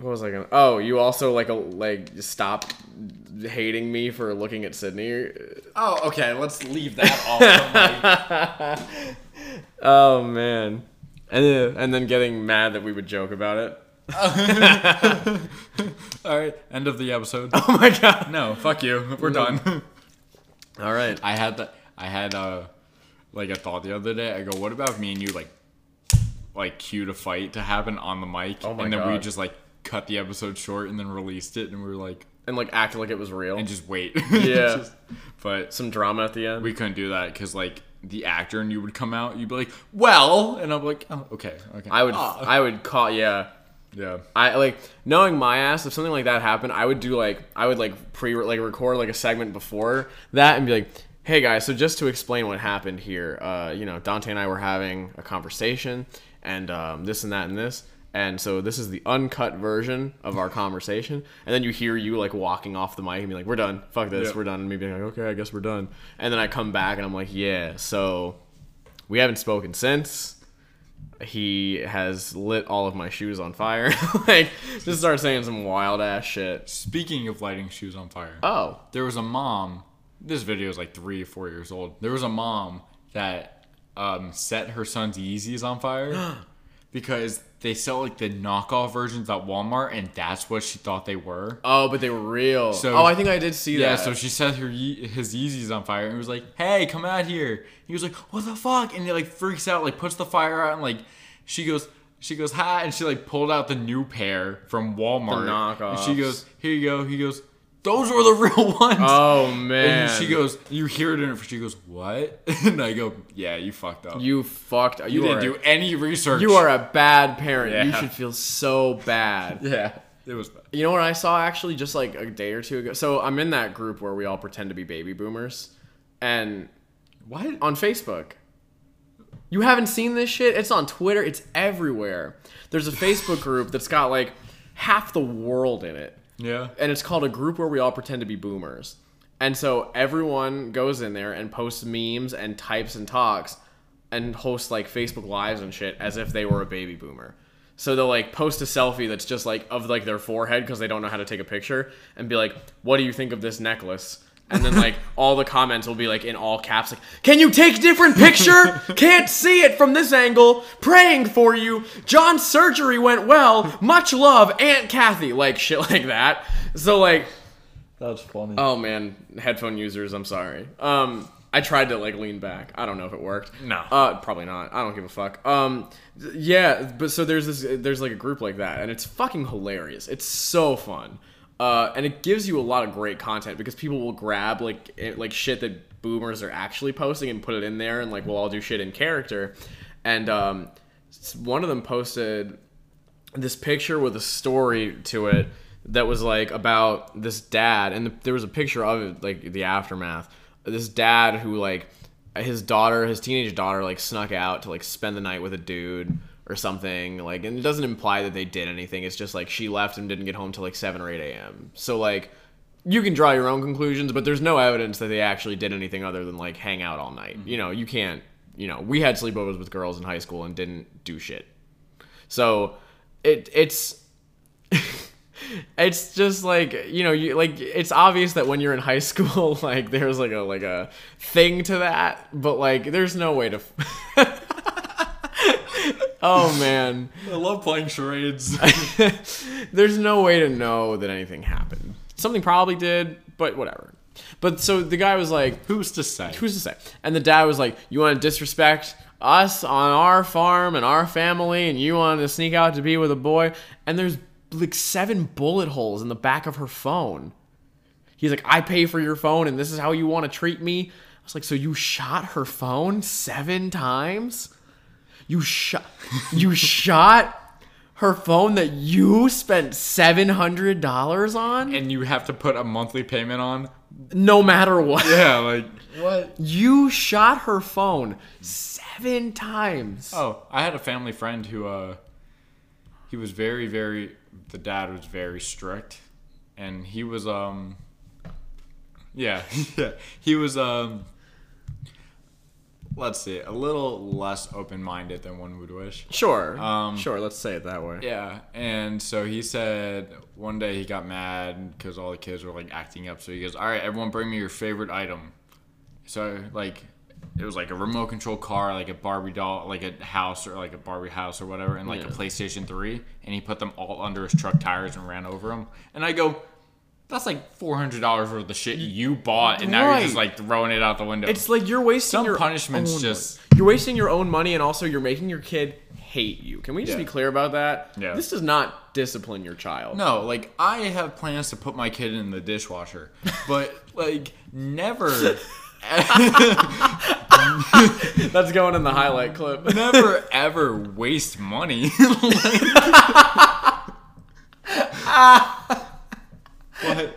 what was I gonna? Oh, you also like a like stop hating me for looking at Sydney. Oh, okay. Let's leave that off. the mic. Oh man, and then, and then getting mad that we would joke about it. All right, end of the episode. Oh my god. No, fuck you. We're done. All right. I had that. I had uh, like a thought the other day. I go, what about if me and you like, like cue a fight to happen on the mic, Oh my and then we God. just like cut the episode short and then released it, and we were like, And like act like it was real. and just wait. Yeah. Just- but Some drama at the end. we couldn't do that because like the actor and you would come out, you'd be like, well, and I'm like, oh, okay, okay. I would Ah. I would call yeah. yeah. I like knowing my ass. If something like that happened, I would do like I would like pre like record like a segment before that and be like, "Hey guys, so just to explain what happened here, uh, you know, Dante and I were having a conversation, and um, this and that and this, and so this is the uncut version of our conversation." And then you hear you like walking off the mic and be like, "We're done. Fuck this. Yeah. We're done." And me being like, "Okay, I guess we're done." And then I come back and I'm like, "Yeah, so we haven't spoken since." he has lit all of my shoes on fire. like, just start saying some wild ass shit. Speaking of lighting shoes on fire. Oh, there was a mom. This video is like three, four years old. There was a mom that um, set her son's Yeezys on fire because they sell like the knockoff versions at Walmart, and that's what she thought they were. oh, but they were real. So- oh, I think I did see Yeah, that. so she set her Ye- his Yeezys on fire and was like, "Hey, come out here!" He was like, "What the fuck?" And he like freaks out, like puts the fire out, and like she goes, she goes, "Hi!" And she like pulled out the new pair from Walmart. And she knockoffs. goes, "Here you go." He goes, "Those were the real ones." oh man, And she goes, you hear it in her. She goes, what? And I go, yeah, you fucked up. You, "You fucked. You, didn't are, do any research. you are a bad parent. You Yeah. should feel so bad." Yeah, it was. bad. You know what I saw actually just like a day or two ago. So I'm in that group where we all pretend to be baby boomers, and What? on Facebook. You haven't seen this shit? It's on Twitter. It's everywhere. There's a Facebook group that's got like half the world in it. Yeah. And it's called a group where we all pretend to be boomers. And so everyone goes in there and posts memes and types and talks and hosts like Facebook lives and shit as if they were a baby boomer. So they'll like post a selfie that's just like of like their forehead because they don't know how to take a picture and be like, "What do you think of this necklace?" And then like all the comments will be like in all caps like, "Can you take different picture? Can't see it from this angle. Praying for you. John's surgery went well. Much love, Aunt Kathy." Like shit like that. So like That's funny. Oh man, headphone users, I'm sorry. Um, I tried to like lean back. I don't know if it worked. No. Uh, probably not. I don't give a fuck. Um, th- yeah, but so there's this, there's like a group like that, and it's fucking hilarious. It's so fun. Uh, and it gives you a lot of great content because people will grab like it, like shit that boomers are actually posting and put it in there, and like we'll all do shit in character. And um, s- one of them posted this picture with a story to it that was like about this dad and the, there was a picture of it like the aftermath this dad who like his daughter his teenage daughter like snuck out to like spend the night with a dude or something like and it doesn't imply that they did anything it's just like she left and didn't get home till like 7 or 8 a.m so like you can draw your own conclusions but there's no evidence that they actually did anything other than like hang out all night you know you can't you know we had sleepovers with girls in high school and didn't do shit so it it's it's just like you know you like it's obvious that when you're in high school like there's like a like a thing to that but like there's no way to oh man I love playing charades. there's no way to know that anything happened something probably did but whatever but so the guy was like Who's to say? who's to say and the dad was like you want to disrespect us on our farm and our family and you want to sneak out to be with a boy and there's like seven bullet holes in the back of her phone He's like, I pay for your phone and this is how you want to treat me. I was like, so you shot her phone seven times? You shot you shot her phone that you spent seven hundred dollars on? and you have to put a monthly payment on. No matter what. Yeah, like what? You shot her phone seven times. Oh, I had a family friend who uh he was very very the dad was very strict and he was um yeah, yeah. He was um let's see, a little less open-minded than one would wish. Sure. Um, sure, let's say it that way. Yeah, and so he said one day he got mad because all the kids were like acting up. So he goes, "All right, everyone, bring me your favorite item." So like, it was like a remote control car, like a Barbie doll, like a house or like a Barbie house or whatever, and like a Yeah. PlayStation Three. And he put them all under his truck tires and ran over them. And I go, "That's like four hundred dollars worth of shit you bought, and now you're just Right. like throwing it out the window." It's like you're wasting Some your punishment's own just- money. you're wasting your own money, and also you're making your kid hate you. Can we just Yeah. be clear about that? Yeah. This does not discipline your child. No, like I have plans to put my kid in the dishwasher, but like never, That's going in the highlight clip. never ever waste money. Like- What?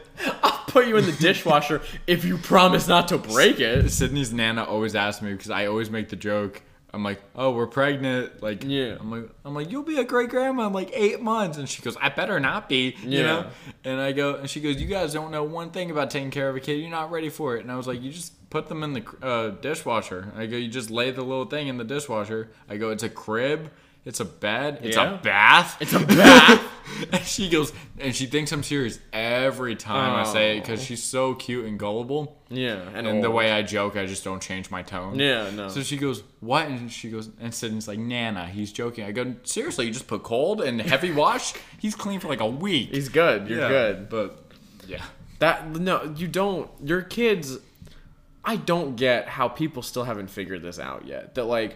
Put you in the dishwasher if you promise not to break it. Sydney's nana always asks me because I always make the joke. I'm like, oh, we're pregnant. Like, Yeah. I'm like, I'm like, you'll be a great grandma in like eight months, and she goes, I better not be. You Yeah. know. And I go, and she goes, you guys don't know one thing about taking care of a kid. You're not ready for it. And I was like, you just put them in the cr- uh, dishwasher. I go, you just lay the little thing in the dishwasher. I go, it's a crib. It's a bed. It's Yeah. a bath. It's a bath. and she goes, and she thinks I'm serious every time I say it because she's so cute and gullible. Yeah, and, And the old. way I joke, I just don't change my tone. Yeah, no. So she goes, "What?" And she goes, and Sydney's like, "Nana, he's joking." I go, "Seriously, you just put cold and heavy wash? He's clean for like a week. He's good. You're Yeah, good. but yeah, That no, you don't. Your kids. I don't get how people still haven't figured this out yet. That like,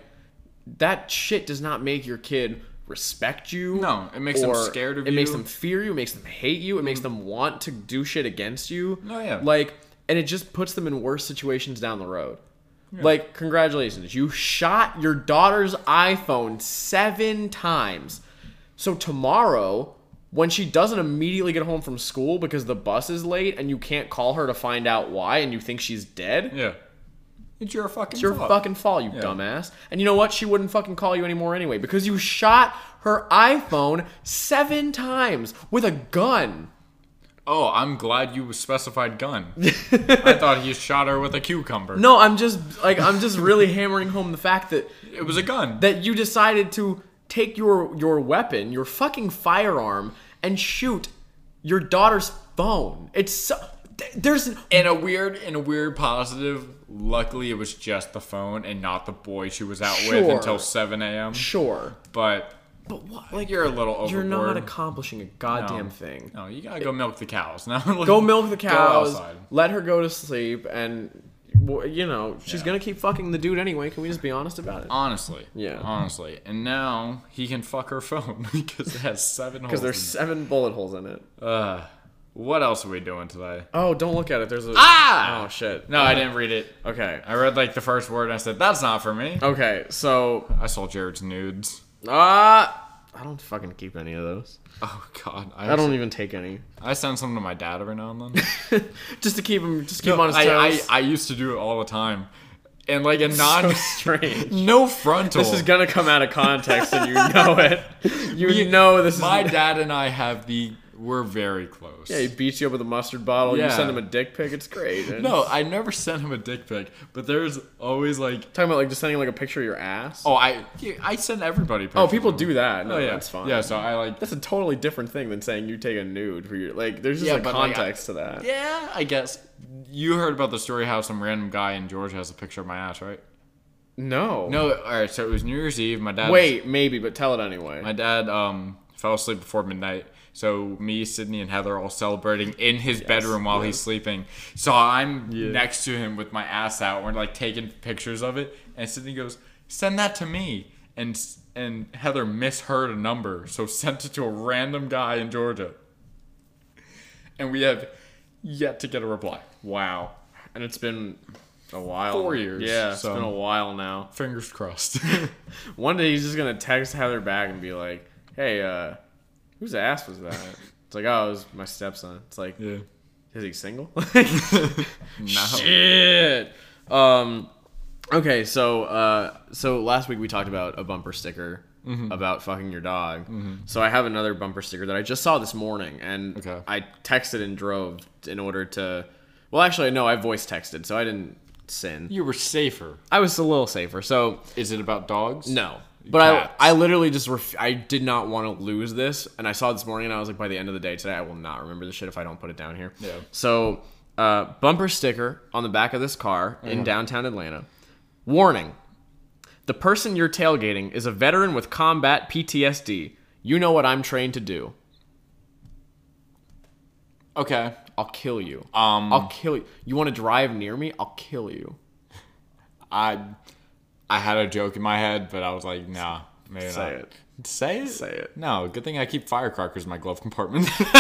that shit does not make your kid respect you. No, it makes them or scared of It makes you. Mm. them fear you. It makes them hate you. It makes them want to do shit against you. Oh, yeah. Like, and it just puts them in worse situations down the road. Like, congratulations, you shot your daughter's iPhone seven times. So tomorrow, when she doesn't immediately get home from school because the bus is late and you can't call her to find out why and you think she's dead, yeah. It's your fucking. it's your fault. fucking fault, you dumbass. And you know what? She wouldn't fucking call you anymore anyway because you shot her iPhone seven times with a gun. Oh, I'm glad you specified gun. I thought he shot her with a cucumber. No, I'm just like I'm just really hammering home the fact that it was a gun. that you decided to take your your weapon, your fucking firearm, and shoot your daughter's phone. It's so, th- there's in a weird, in a weird positive. Luckily, it was just the phone and not the boy she was out with Sure. until 7 a.m. sure, But but what? like you're a little overboard. You're not accomplishing a goddamn No. thing. No, you gotta go milk the cows. No, like, Go milk the cows. outside. let her go to sleep, and w- you know she's gonna keep fucking the dude anyway. Can we just be honest about it? honestly, Yeah. honestly. And now he can fuck her phone because it has seven holes. Because there's seven bullet holes in it. in it. Ugh. what else are we doing today? Oh, don't look at it. There's a Ah! oh shit. No, I didn't read it. Okay. I read like the first word and I said, "That's not for me." Okay. So I saw Jared's nudes. ah, I don't fucking keep any of those. Oh God, I, I don't even take any. I send some to my dad every now and then. just to keep him, just keep him on his I, I toes. I used to do it all the time, and like a non, so strange. no frontal. This is gonna come out of context, and you know it. You know this My is. dad and I have the We're very close. Yeah, he beats you up with a mustard bottle. You Yeah. send him a dick pic. It's great. man. no, I never sent him a dick pic, but there's always like, talking about like just sending like a picture of your ass. oh, I yeah, I send everybody. Pictures Oh, people of them. do that. No, Oh yeah, that's fine. Yeah, so I like. That's a totally different thing than saying you take a nude for your like. There's just Yeah, a but, like, I- context to that. Yeah, I guess you heard about the story how some random guy in Georgia has a picture of my ass, right? No. No, all right. So it was New Year's Eve. My dad. Wait, maybe, but tell it anyway. My dad um, fell asleep before midnight, so me, Sydney, and Heather are all celebrating in his bedroom while he's sleeping. So I'm next to him with my ass out. We're like taking pictures of it, and Sydney goes, "Send that to me." And s- and Heather misheard a number, so sent it to a random guy in Georgia. And we have yet to get a reply. wow. And it's been a while. Four years, Yeah, it's so- been a while now. Fingers crossed. One day he's just gonna text Heather back and be like, "Hey, uh, whose ass was that?" It's like, "Oh, it was my stepson." It's like, yeah. Is he single? Shit. Um, okay, so uh, so last week we talked about a bumper sticker about fucking your dog. So I have another bumper sticker that I just saw this morning, and Okay. I texted and drove in order to. Well, actually, no, I voice texted, so I didn't sin. You were safer. I was a little safer. So Is it about dogs? no. But Cats. I, I literally just ref- I did not want to lose this, and I saw it this morning, and I was like, by the end of the day today, I will not remember this shit if I don't put it down here. Yeah. So, uh, bumper sticker on the back of this car Uh-huh. in downtown Atlanta. Warning: The person you're tailgating is a veteran with combat PTSD. You know what I'm trained to do. Okay. I'll kill you. Um. I'll kill you. You want to drive near me? I'll kill you. I I had a joke in my head, but I was like, nah, maybe Say not. It. Say it. Say it. No, good thing I keep firecrackers in my glove compartment.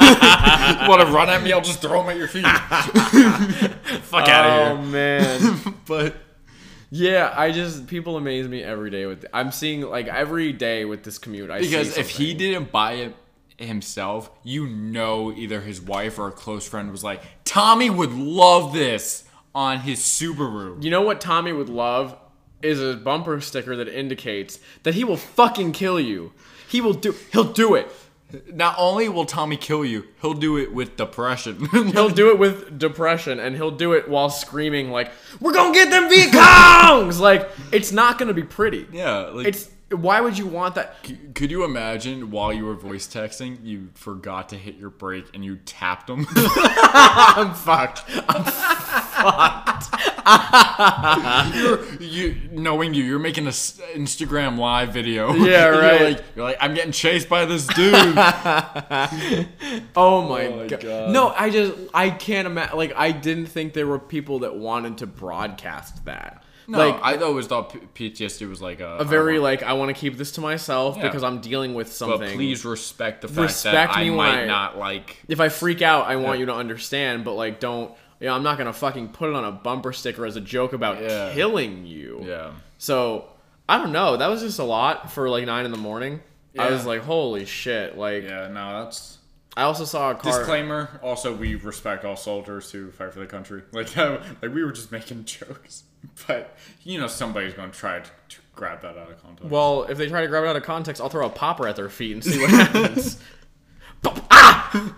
Want to run at me? I'll just throw them at your feet. Fuck Oh out of man. here. Um, But Yeah, I just people amaze me every day with. I'm seeing like every day with this commute. I because see if he something. didn't buy it himself, you know, either his wife or a close friend was like, Tommy would love this on his Subaru. you know what Tommy would love is a bumper sticker that indicates that he will fucking kill you. He will do. He'll do it. Not only will Tommy kill you, he'll do it with depression. He'll do it with depression, and he'll do it while screaming like, "We're gonna get them Viet Congs!" like it's not gonna be pretty. yeah, like It's why would you want that? Could you imagine while you were voice texting, you forgot to hit your brake and you tapped them? I'm fucked. you knowing you, you're making an Instagram live video. Yeah, You're right. like- you're like, I'm getting chased by this dude. Oh my, Oh my god. God. No, I just I can't imagine. Like I didn't think there were people that wanted to broadcast that. no, like I always thought P- PTSD was like a, a very like I want to keep this to myself Yeah. because I'm dealing with But something. please respect the fact Respect that I me when might I- not like. if I freak out, I want you to understand, but like don't. You know, I'm not gonna fucking put it on a bumper sticker as a joke about Yeah. killing you. Yeah. So I don't know. That was just a lot for like nine in the morning. I Yeah. was like, holy shit! Like Yeah. No, that's I also saw a car. disclaimer. Also, we respect all soldiers who fight for the country. Like, like we were just making jokes, but you know, somebody's gonna try to, to grab that out of context. Well, if they try to grab it out of context, I'll throw a popper at their feet and see what happens. Pop- ah!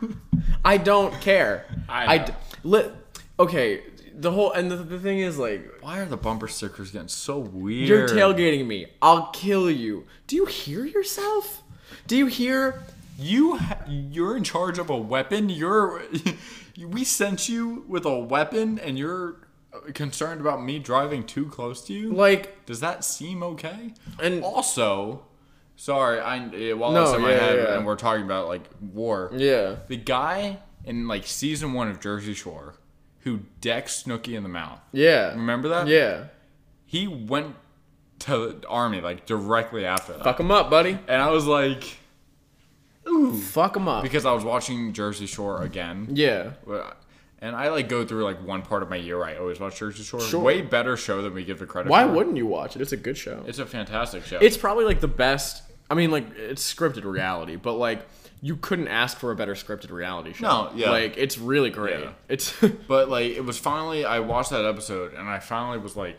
I don't care. I d- know. li- okay. The whole and the, the thing is like Why are the bumper stickers getting so weird? you're tailgating me. I'll kill you. Do you hear yourself? Do you hear? You ha- you're in charge of a weapon. You're we sent you with a weapon, and you're uh, concerned about me driving too close to you. Like Does that seem okay? And- also, sorry, I eh, while No, it's in my yeah, head, yeah. and we're talking about like war. yeah. The guy in like season one of Jersey Shore who decks Snooki in the mouth. Yeah. Remember that? Yeah. He went to the army like directly after that, Fuck 'em up, buddy. and I was like. Fuck 'em up. because I was watching Jersey Shore again. yeah. And I like go through like one part of my year. I always watch Jersey Shore. Sure. Way better show than we give the credit. Why for. wouldn't you watch it? It's a good show. It's a fantastic show. It's probably like the best. I mean, like it's scripted reality, but like you couldn't ask for a better scripted reality show. No, yeah. like it's really great. Yeah. It's but like it was finally I watched that episode and I finally was like,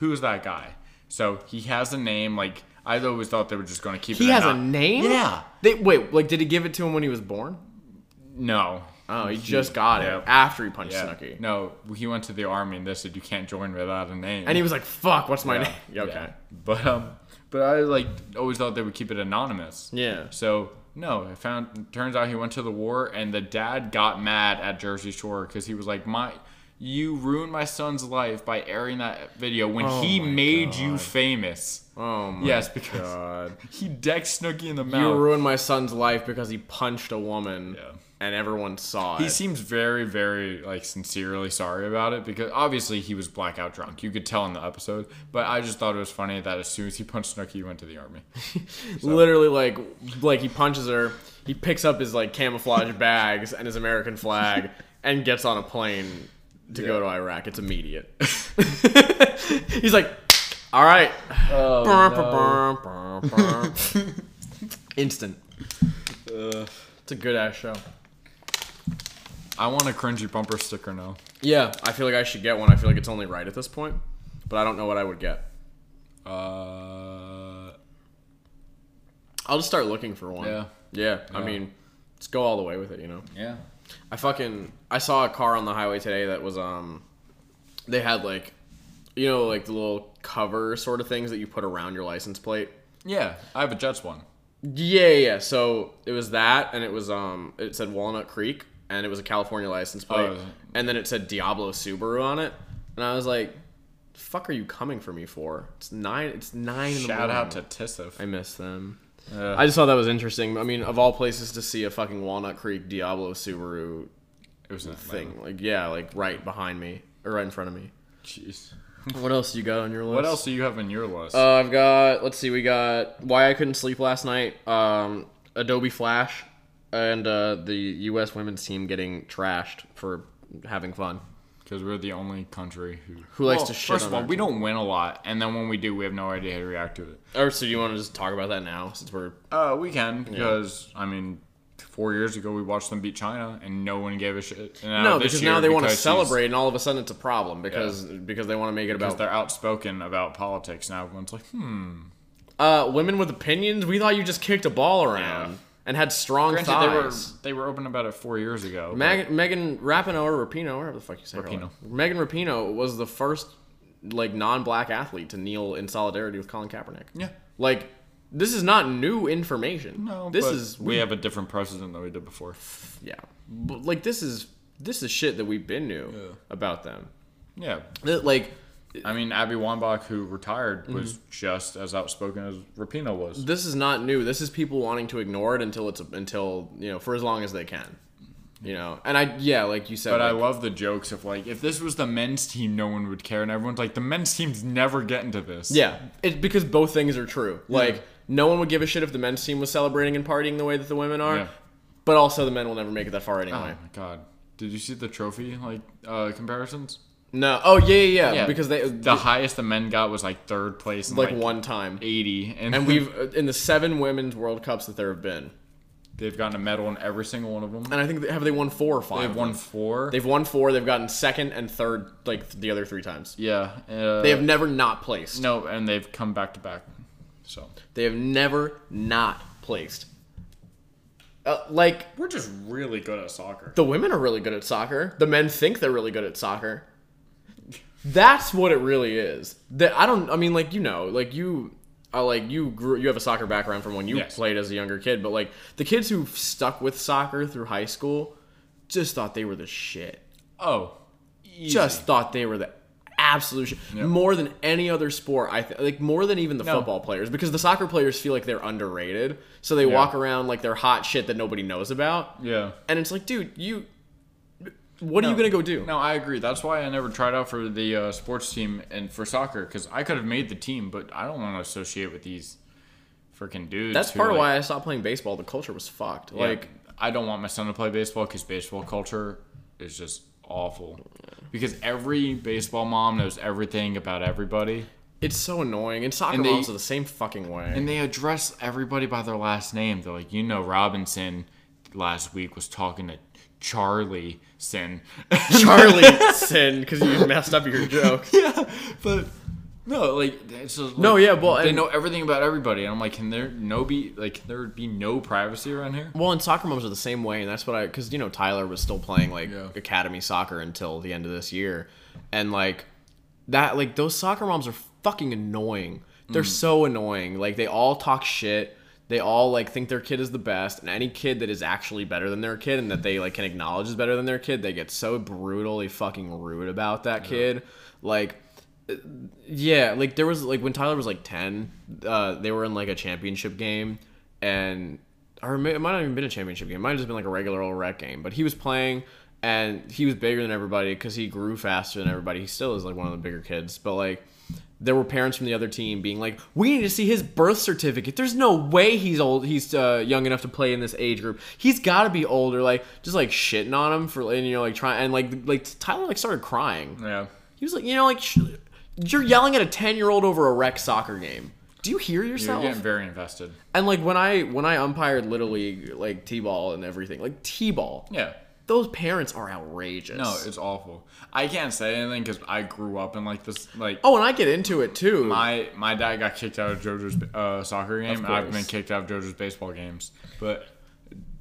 who's that guy? So he has a name like I always thought they were just going to keep it. He has not- a name. Yeah. They wait. Like, did he give it to him when he was born? No. Oh, he just got yeah. it after he punched Yeah. Snooki. No, he went to the army and they said you can't join without a name. And he was like, "Fuck, what's my Yeah. name?" Yeah, okay. Yeah. But um, but I like always thought they would keep it anonymous. Yeah. So no, it found. Turns out he went to the war, and the dad got mad at Jersey Shore because he was like, "My, you ruined my son's life by airing that video when he made you famous." Oh my yes, because god. he decked Snooki in the You mouth. ruined my son's life because he punched a woman, Yeah. and everyone saw he it. seems very, very like sincerely sorry about it because obviously he was blackout drunk. You could tell in the episode, but I just thought it was funny that as soon as he punched Snooki, he went to the army. Literally, like, like he punches her. He picks up his like camouflage bags and his American flag, and gets on a plane to go to Iraq. It's immediate. He's like, "All right." Oh, Oh, Instant. Uh, It's a good ass show. I want a cringy bumper sticker now. Yeah, I feel like I should get one. I feel like it's only right at this point, but I don't know what I would get. Uh, I'll just start looking for one. Yeah. Yeah. I Yeah. mean, let's go all the way with it, you know. yeah. I fucking I saw a car on the highway today that was um they had like you know like the little cover sort of things that you put around your license plate. Yeah, I have a Jets one. Yeah, yeah. yeah. So it was that and it was um it said Walnut Creek and it was a California license plate Oh. and then it said Diablo Subaru on it and I was like fuck are you coming for me for? It's 9 it's 9 in the Shout morning. out to Tissif. I miss them. Uh, I just thought that was interesting. I mean, of all places to see a fucking Walnut Creek Diablo Subaru it was a thing, like yeah, like right behind me or right in front of me. Jeez. What else you got on your list? What else do you have in your list? Uh, I've got. Let's see. We got why I couldn't sleep last night. Um, Adobe Flash, and uh, the U.S. women's team getting trashed for having fun. Because we're the only country who Who likes to shit First on of all, our we don't win a lot, and then when we do, we have no idea how to react to it. Or so do you want to just talk about that now since we're Uh, we can because I mean, four years ago we watched them beat China, and no one gave a shit. And no this because year, now they want to because she's- celebrate and all of a sudden it's a problem because because they want to make it about They're outspoken about politics now. Everyone's like, hmm. Uh, women with opinions. We thought you just kicked a ball around Yeah. and had strong Granted, they were thighs. they were open about it four years ago. but- Mag- Megan Rapinoe or Rapino, whatever the fuck you say. her Rapinoe. last- Megan Rapinoe was the first like non-black athlete to kneel in solidarity with Colin Kaepernick. yeah. Like this is not new information. No, this but is we have a different precedent than we did before. yeah. But, like this is this is shit that we've been knew about them. Yeah, That, like I mean Abby Wambach, who Mm-hmm. retired, was just as outspoken as Rapino was. this is not new. This is people wanting to ignore it until it's until you know for as long as they can. You know, and I yeah, like you said, But I like, love the jokes of like, if this was the men's team, no one would care, and everyone's like, the men's team's never getting to this. Yeah, it's because both things are true. Like Yeah. no one would give a shit if the men's team was celebrating and partying the way that the women are, Yeah. but also the men will never make it that far anyway. Oh my god. Did you see the trophy like uh, comparisons? No, oh yeah, yeah, yeah, Yeah. because they The highest the men got was like third place, and, like, like, one time, eighty, and, and we've uh, in the seven women's World Cups that there have been, they've gotten a medal in every single one of them. and I think they- have they won four or five. They've of won them? four. They've won four. They've gotten second and third, like the other three times. yeah, uh, They have never not placed. no, and they've come back to back. So They have never not placed. Uh, like we're just really good at soccer. the women are really good at soccer. The men think they're really good at soccer. That's what it really is. That I don't. I mean, like you know, like you are like you grew. You have a soccer background from when you Yes. played as a younger kid, but like the kids who stuck with soccer through high school just thought they were the shit. Oh, easy. Just thought they were the absolute shit. More than any other sport, I th- like more than even the football players because the soccer players feel like they're underrated, so they walk around like they're hot shit that nobody knows about. yeah. And it's like, dude, you. What are you No. gonna go do? No, I agree. That's why I never tried out for the uh, sports team and for soccer because I could have made the team, but I don't want to associate with these freaking dudes. That's who, part of like, why I stopped playing baseball. The culture was fucked. Like, Like, I don't want my son to play baseball because baseball culture is just awful. Because every baseball mom knows everything about everybody, it's so annoying. And soccer And they- moms are the same fucking way. and they address everybody by their last name. They're like, you know, Robinson last week was talking to Charlie Sin. Charlie sin because you messed up your joke. yeah, but No, like it's just like, No, yeah, well, they and- know everything about everybody, and I'm like, can there no be like can there be no privacy around here? Well, and soccer moms are the same way, and that's what I because you know Tyler was still playing like Yeah. academy soccer until the end of this year, and like that like those soccer moms are fucking annoying. They're so annoying. Like they all talk shit. They all like think their kid is the best, and any kid that is actually better than their kid and that they like can acknowledge is better than their kid, they get so brutally fucking rude about that kid. Like yeah, like there was like when Tyler was like ten, uh, they were in like a championship game, and or it may- it might not even been a championship game. It might have just been like a regular old rec game. But he was playing, and he was bigger than everybody because he grew faster than everybody. He still is like one of the bigger kids, but like. There were parents from the other team being like, "We need to see his birth certificate. There's no way he's old. He's uh, young enough to play in this age group. He's got to be older." Like just like shitting on him for, and you know, like trying and like like Tyler like started crying. Yeah, He was like, you know, like sh- you're yelling at a ten year old over a rec soccer game. Do you hear you're yourself? getting very invested. and like when I when I umpired little league, like t ball and everything, like t ball. Yeah, Those parents are outrageous. no, it's awful. I can't say anything because I grew up in like this. Like oh, and I get into it too. my my dad got kicked out of JoJo's uh, soccer game, and I've been course. kicked out of JoJo's baseball games. But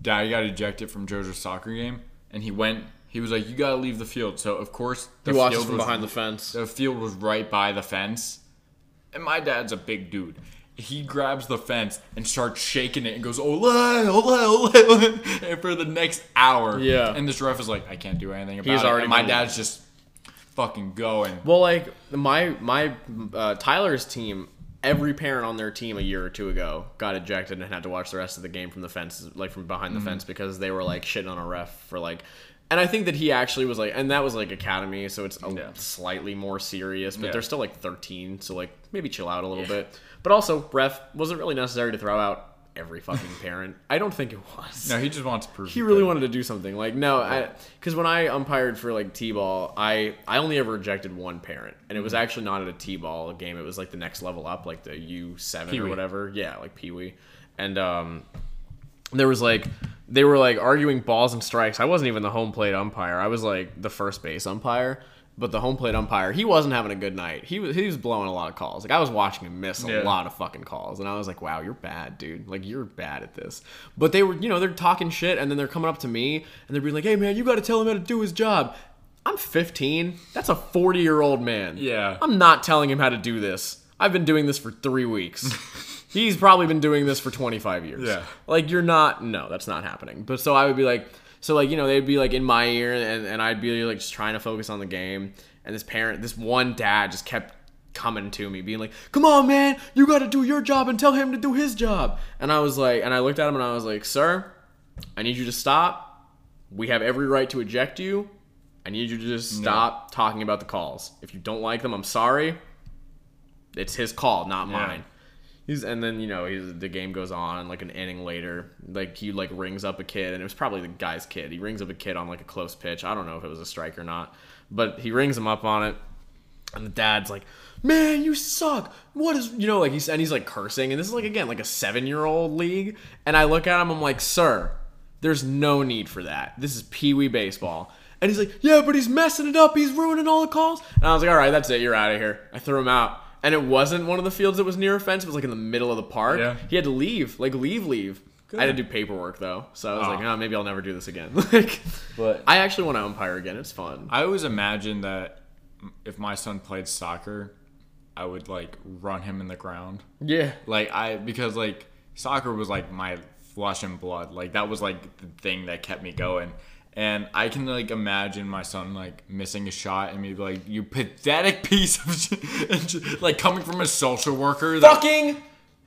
dad got ejected from JoJo's soccer game, and he went. He was like, "You gotta leave the field." So of course, the he watches field from was behind the fence. The field was right by the fence. And my dad's a big dude. He grabs the fence and starts shaking it and goes, ole, ole, ole, ole, and for the next hour. Yeah. And this ref is like, I can't do anything about He's it. already and my been- dad's just fucking going. Well, like my my uh, Tyler's team, every parent on their team a year or two ago got ejected and had to watch the rest of the game from the fence, like from behind the Mm-hmm. fence, because they were like shitting on a ref for like. And I think that he actually was like, and that was like academy, so it's a, Yeah. slightly more serious, but Yeah. they're still like 13, so like maybe chill out a little bit. But also, ref wasn't really necessary to throw out every fucking parent. I don't think it was. No, he just wants to prove He really wanted to do something. Like no, because when I umpired for like t-ball, I I only ever ejected one parent, and it was actually not at a t-ball game. It was like the next level up, like the U seven or Pee-wee. whatever. Yeah, like Pee Wee, and um, there was like they were like arguing balls and strikes. I wasn't even the home plate umpire. I was like the first base umpire. But the home plate umpire, he wasn't having a good night. He was he was blowing a lot of calls. Like I was watching him miss a Yeah. lot of fucking calls, and I was like, "Wow, you're bad, dude. Like you're bad at this." But they were, you know, they're talking shit, and then they're coming up to me, and they're being like, "Hey, man, you got to tell him how to do his job." I'm 15. That's a 40 year old man. Yeah. I'm not telling him how to do this. I've been doing this for three weeks. He's probably been doing this for 25 years. Yeah. Like, you're not, no, that's not happening. But so I would be like, so like, you know, they'd be like in my ear and, and I'd be like just trying to focus on the game. And this parent, this one dad just kept coming to me being like, come on, man, you got to do your job and tell him to do his job. And I was like, and I looked at him and I was like, sir, I need you to stop. We have every right to eject you. I need you to just stop talking about the calls. If you don't like them, I'm sorry. It's his call, not mine. He's and then you know he's, the game goes on and like an inning later, like he like rings up a kid and it was probably the guy's kid. He rings up a kid on like a close pitch. I don't know if it was a strike or not, but he rings him up on it. And the dad's like, "Man, you suck. What is you know like he's and he's like cursing and this is like again like a seven year old league." And I look at him, I'm like, "Sir, there's no need for that. This is pee wee baseball." And he's like, "Yeah, but he's messing it up. He's ruining all the calls." And I was like, "All right, that's it. You're out of here." I threw him out. And it wasn't one of the fields that was near a fence. It was like in the middle of the park. Yeah. He had to leave, like leave, leave. I had to do paperwork though, so I was like, Ah. "Oh, maybe I'll never do this again." like, But- I actually want to umpire again. It's fun. I always imagined that if my son played soccer, I would like run him in the ground. Yeah, Like I because like soccer was like my flesh and blood. Like that was like the thing that kept me going. And I can like imagine my son like missing a shot and me be like, "You pathetic piece of," shit," and ju- like coming from a social worker. That, fucking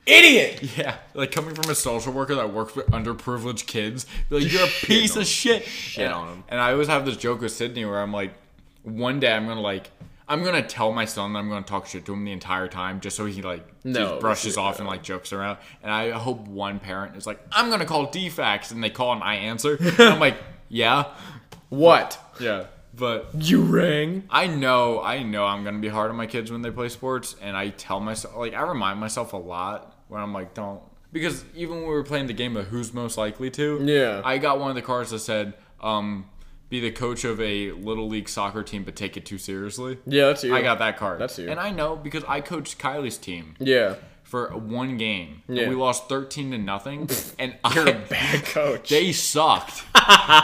idiot. yeah, like coming from a social worker that works with underprivileged kids. be Like you're a Shit piece on of shit. Shit and, on 'em. And I always have this joke with Sydney where I'm like, one day I'm gonna like, I'm gonna tell my son that I'm gonna talk shit to him the entire time just so he like No, just brushes seriously. off and like jokes around. And I hope one parent is like, I'm gonna call DFAX and they call and I answer. and I'm like, yeah, What? yeah, but You rang? I know, I know I'm gonna be hard on my kids when they play sports, and I tell myself, like, I remind myself a lot when I'm like, don't, because even when we were playing the game of who's most likely to, Yeah. I got one of the cards that said, um, be the coach of a little league soccer team, but take it too seriously. Yeah, that's you. I got that card. That's you. And I know because I coached Kylie's team Yeah. for one game. and Yeah. we lost thirteen to nothing, and You're a I, bad coach. they sucked.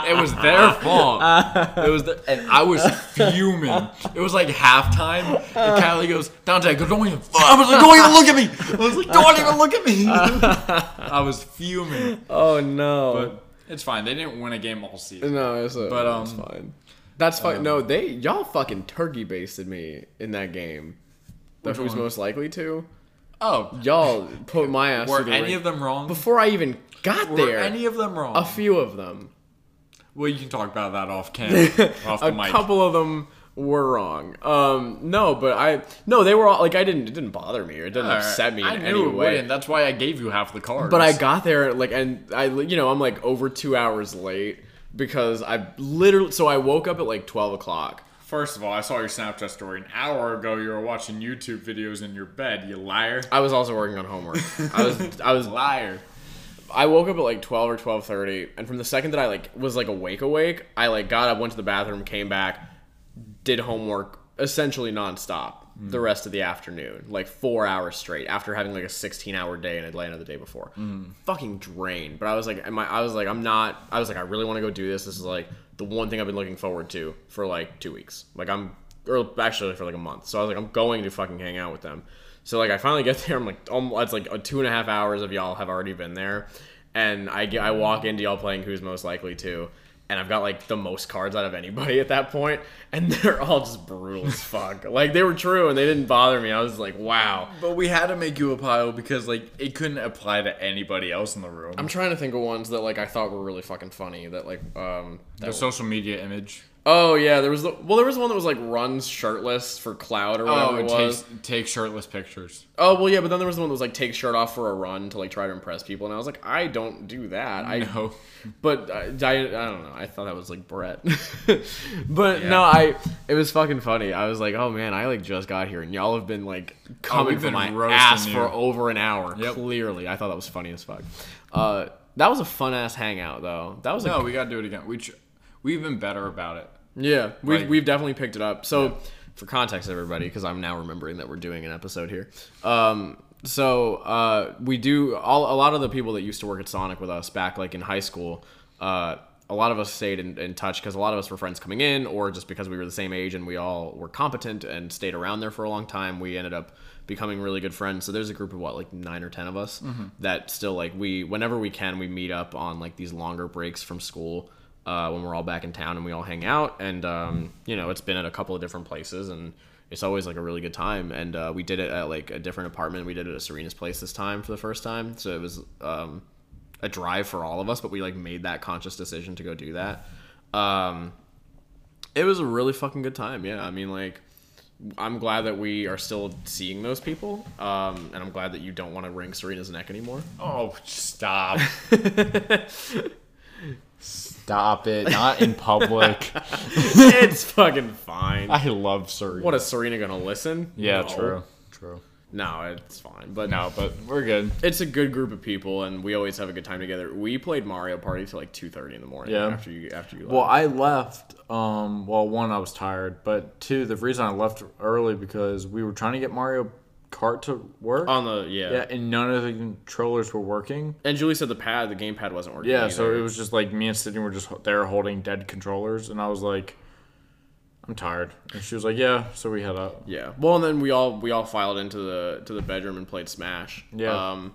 it was their fault. It was, the, and I was fuming. It was like halftime, Uh. and Kylie goes, "Dante, go don't even." Fuck. I was like, "Don't even look at me." I was like, "Don't even look at me." I was fuming, oh no. but it's fine. They didn't win a game all season. No, it's a, But, it's um, fine. That's fine. no, they y'all fucking turkey basted me in that game. The Which who's one? most likely to? Oh, Y'all put my ass were through the any ring. of them wrong? before I even got were there. any of them wrong? a few of them, well, you can talk about that off camera, off the a mic. couple of them were wrong. Um, no, but I no, they were all like I didn't it didn't bother me or it didn't All right. upset me in I knew any it way. wouldn't. That's why I gave you half the cards. But I got there like, and I, you know, I'm like over two hours late because I literally. So I woke up at like twelve o'clock. First of all, I saw your Snapchat story an hour ago. You were watching YouTube videos in your bed. You liar, I was also working on homework. I was, I was, liar. I woke up at like twelve or twelve thirty, and from the second that I like was like awake, awake, I like got up, went to the bathroom, came back, did homework essentially nonstop the rest of the afternoon, like four hours straight. After having like a sixteen-hour day in Atlanta the day before, fucking drained. But I was like, am I, I was like, I'm not. I was like, I really want to go do this. This is like the one thing I've been looking forward to for like two weeks. Like I'm, or actually for like a month. So I was like, I'm going to fucking hang out with them. So like I finally get there. I'm like, almost, it's like a two and a half hours of y'all have already been there, and I get, I walk into y'all playing Who's Most Likely to, and I've got like the most cards out of anybody at that point, and they're all just brutal as fuck. Like they were true and they didn't bother me. I was like, wow. But we had to make you a pile because like it couldn't apply to anybody else in the room. I'm trying to think of ones that like I thought were really fucking funny. That like um. the social media image. Oh yeah, there was the well, there was one that was like runs shirtless for cloud or whatever Oh, it it was. takes take shirtless pictures. Oh well, yeah, but then there was the one that was like take shirt off for a run to like try to impress people, and I was like, I don't do that. I No. but I, I, I don't know. I thought that was like Brett, but no, I it was fucking funny. I was like, oh man, I like just got here, and y'all have been like coming Oh, we've for been my roasting ass you. for over an hour. Yep. Clearly, I thought that was funny as fuck. Uh, that was a fun ass hangout though. That was a No, we gotta do it again. We tr- we've been better about it. yeah, we've, Like- we've definitely picked it up. So, for context, everybody, because I'm now remembering that we're doing an episode here. Um, so uh, we do all a lot of the people that used to work at Sonic with us back like in high school. Uh, a lot of us stayed in, in touch because a lot of us were friends coming in, or just because we were the same age and we all were competent and stayed around there for a long time. We ended up becoming really good friends. So there's a group of what like nine or ten of us that still like we whenever we can we meet up on like these longer breaks from school uh, when we're all back in town and we all hang out. And um, you know, it's been at a couple of different places, and it's always like a really good time. And uh, we did it at like a different apartment. We did it at Serena's place this time for the first time, so it was um, a drive for all of us. But we like made that conscious decision to go do that. Um, it was a really fucking good time. Yeah, I mean, like, I'm glad that we are still seeing those people, um, and I'm glad that you don't want to wring Serena's neck anymore. Oh, stop. stop it. Not in public. it's fucking fine. I love Surrey. What is Serena gonna listen? Yeah, No. true. True. No, it's fine. But No, but we're good. it's a good group of people, and we always have a good time together. We played Mario Party till like two thirty in the morning. Yeah. After you, after you. Well, Left. I left. Um, well, one, I was tired, but two, the reason I left early because we were trying to get Mario Kart to work. on the Oh, yeah. yeah, and none of the controllers were working. And Julie said the pad, the game pad wasn't working. Yeah, either. so it was just like me and Sydney were just ho- there holding dead controllers, and I was like, "I'm tired," and she was like, "Yeah," so we head up. yeah. Well, and then we all we all filed into the to the bedroom and played Smash. Yeah. Um,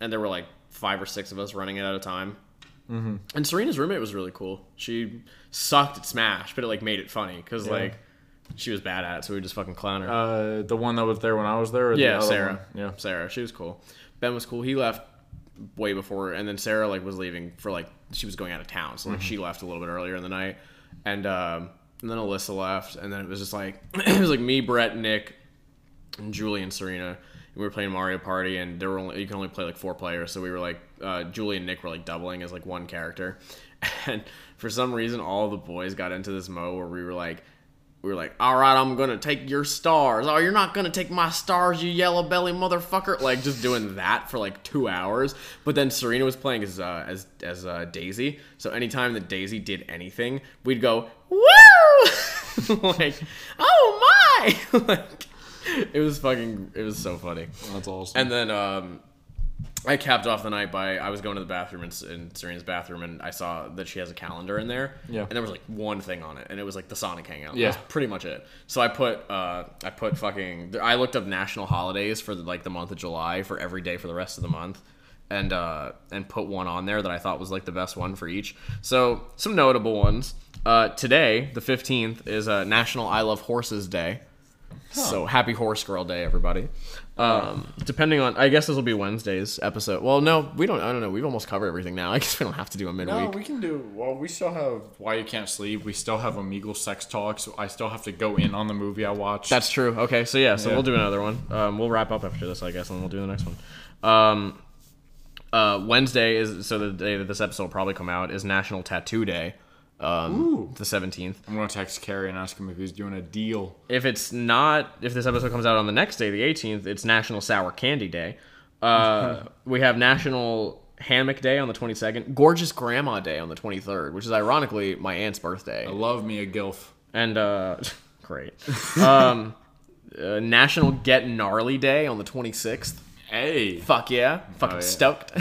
and there were like five or six of us running it at a time. Mm-hmm. And Serena's roommate was really cool. She sucked at Smash, but it like made it funny because like she was bad at it, so we just fucking clown her. Uh, the one that was there when I was there. Or the Yeah, other Sarah. One? Yeah. Sarah. She was cool. Ben was cool. He left way before, and then Sarah like was leaving for like she was going out of town, so like Mm-hmm. she left a little bit earlier in the night, and um, and then Alyssa left, and then it was just like it was like me, Brett, Nick, and Julie and Serena. and We were playing Mario Party, and there were only you can only play like four players. So we were like, uh, Julie and Nick were like doubling as like one character, and for some reason, all the boys got into this mode where we were like, we were like, all right, I'm gonna take your stars. Oh, you're not gonna take my stars, you yellow belly motherfucker. Like just doing that for like two hours. But then Serena was playing as uh, as as uh, Daisy. So anytime that Daisy did anything, we'd go woo, like oh my, like it was fucking, it was so funny. That's awesome. And then um, I capped off the night by I was going to the bathroom in, in Serena's bathroom and I saw that she has a calendar in there. Yeah. And there was like one thing on it, and it was like the Sonic Hangout. Yeah. That's pretty much it. So I put uh, I put fucking I looked up national holidays for the, like the month of July for every day for the rest of the month. And uh, and put one on there that I thought was like the best one for each. So some notable ones. Uh, today, the fifteenth, is uh, National I Love Horses Day. So happy horse girl day, everybody. Um, depending on, I guess this will be Wednesday's episode. Well, no, we don't. I don't know. We've almost covered everything now. I guess we don't have to do a no, midweek. we can do. Well, we still have Why You Can't Sleep. We still have Omegle Sex Talk. So I still have to go in on the movie I watched. That's true. Okay, so yeah, so Yeah. we'll do another one. Um, we'll wrap up after this, I guess, and we'll do the next one. Um, uh, Wednesday is so the day that this episode will probably come out is National Tattoo Day, um, the seventeenth. I'm going to text Carrie and ask him if he's doing a deal. If it's not, if this episode comes out on the next day, the 18th, it's National Sour Candy Day. Uh, we have National Hammock Day on the 22nd, Gorgeous Grandma Day on the 23rd, which is ironically my aunt's birthday. Love me a gilf. And, uh, great. Um, uh, National Get Gnarly Day on the 26th. Hey. Fuck yeah. Fucking Oh, yeah. stoked.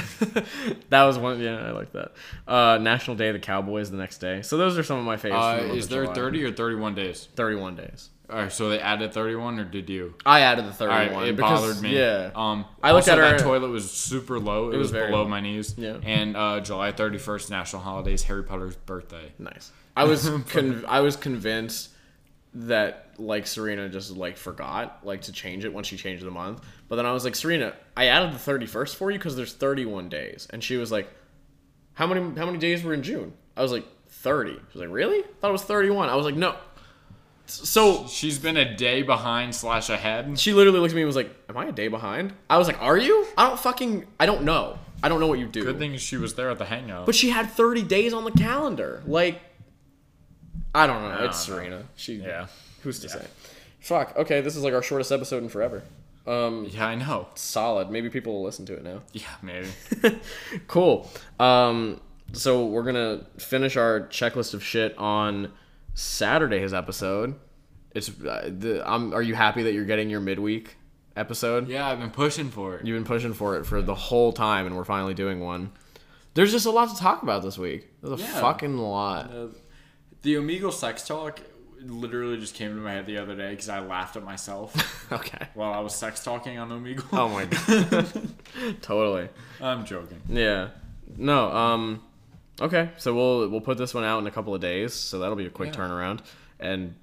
that was one, yeah, I like that. Uh, National Day of the Cowboys the next day. So those are some of my favorites. Uh, from the month is of there July. 30 or 31 days? 31 days. All right, so they added 31, or did you? I added the All 31. right, it because- bothered me. Yeah. Um, I looked also, at our- that toilet was super low. It, was was, very below low. my knees. Yeah. And uh, July 31st, national holidays, Harry Potter's birthday. Nice. I was con- I was convinced that like Serena just like forgot like to change it once she changed the month. But then I was like, Serena, I added the thirty first for you because there's thirty one days, and she was like, how many how many days were in June? I was like thirty. She was like, really? I thought it was thirty one. I was like, no. S- So She's been a day behind slash ahead. she literally looked at me and was like, am I a day behind? I was like, are you? I don't fucking I don't know. I don't know what you do. Good thing she was there at the hangout. But she had 30 days on the calendar. Like, I don't know. it's don't know. Serena. She. Yeah. Who's to say? Fuck. Okay, this is like our shortest episode in forever. Um, yeah, I know. solid. Maybe people will listen to it now. Yeah, maybe. Cool. Um, so we're gonna finish our checklist of shit on Saturday's episode. It's uh, the. I'm. Are you happy that you're getting your midweek episode? yeah, I've been pushing for it. You've been pushing for it for the whole time, and we're finally doing one. There's just a lot to talk about this week. There's a Yeah. fucking lot. Uh, the Omegle sex talk literally just came to my head the other day because I laughed at myself Okay. while I was sex talking on Omegle. Oh my god. totally. I'm joking. Yeah. No. Um. Okay. So we'll we'll put this one out in a couple of days. So that'll be a quick Yeah. turnaround, and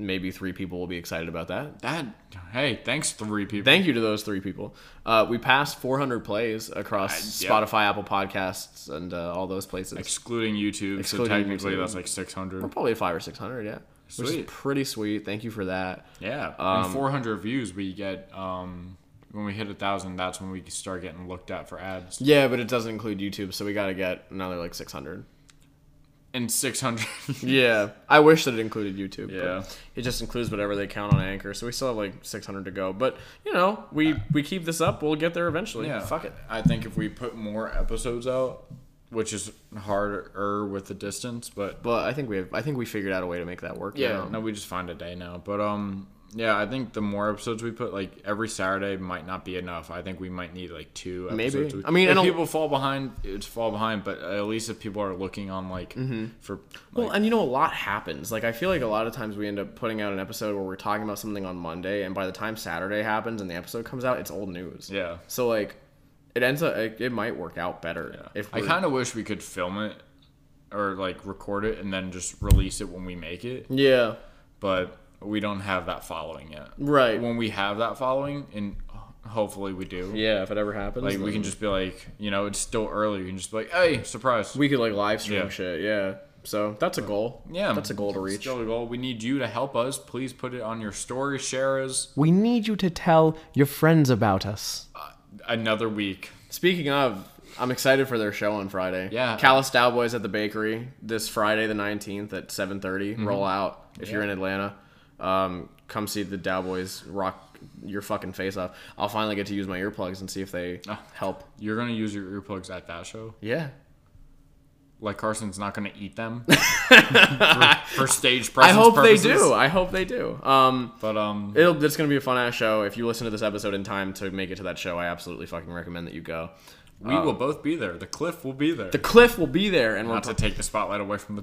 maybe three people will be excited about that. That hey, thanks three people. Thank you to those three people. Uh, we passed 400 plays across I- Uh, yeah. Spotify, Apple Podcasts, and uh, all those places. excluding YouTube. Excluding so technically, YouTube. that's like six hundred. Probably five or six hundred. Yeah. Which is Sweet. pretty sweet. Thank you for that. Yeah, Um, and four hundred views we get. Um, when we hit a thousand, that's when we start getting looked at for ads. Yeah, but it doesn't include YouTube, so we got to get another like 600. And six hundred. Yeah, I wish that it included YouTube. Yeah. but it just includes whatever they count on Anchor, so we still have like 600 to go. But you know, we we keep this up, we'll get there eventually. yeah, fuck it. I think if we put more episodes out, which is harder with the distance, but But I think we have, I think we figured out a way to make that work. yeah, now. no, we just find a day now. But um, yeah, I think the more episodes we put, like every Saturday, might not be enough. I think we might need like two. Maybe. Episodes I mean, if and a- people fall behind, it's fall behind. But at least if people are looking on like for like, Mm-hmm. well, and you know, a lot happens. Like I feel like a lot of times we end up putting out an episode where we're talking about something on Monday, and by the time Saturday happens and the episode comes out, it's old news. yeah. So like, it ends up it, it might work out better if I we're- kind of wish we could film it or like record it and then just release it when we make it, yeah but we don't have that following yet. right When we have that following, and hopefully we do, yeah if it ever happens like we then- can just be like, you know, it's still early. We can just be like, hey, surprise. we could like live stream Yeah. shit. Yeah. So that's a goal. yeah, That's a goal to reach. Still a goal. We need you to help us. Please put it on your story, share us. We need you to tell your friends about us. Another week. Speaking of, I'm excited for their show on Friday. Yeah. Callous Mm-hmm. Cowboys at the bakery this Friday the 19th at 7:30. Roll out if you're in Atlanta. Um, come see the Dowboys rock your fucking face off. I'll finally get to use my earplugs and see if they Ah. help. You're gonna use your earplugs at that show? Yeah. Like Carson's not gonna eat them for, for stage I presence. hope purposes. they do. I hope they do. Um, But um, it'll, it's gonna be a fun ass show. If you listen to this episode in time to make it to that show, I absolutely fucking recommend that you go. we will both be there. The cliff will be there. Uh, The Cliff will be there, and we're not to take the spotlight away from the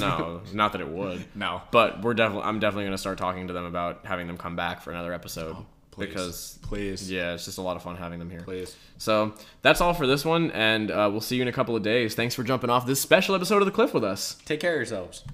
no, not that it would. no. But we're definitely, I'm definitely gonna start talking to them about having them come back for another episode Please. because please, yeah, it's just a lot of fun having them here. please. So that's all for this one, and uh, we'll see you in a couple of days. Thanks for jumping off this special episode of The Cliff with us. Take care of yourselves.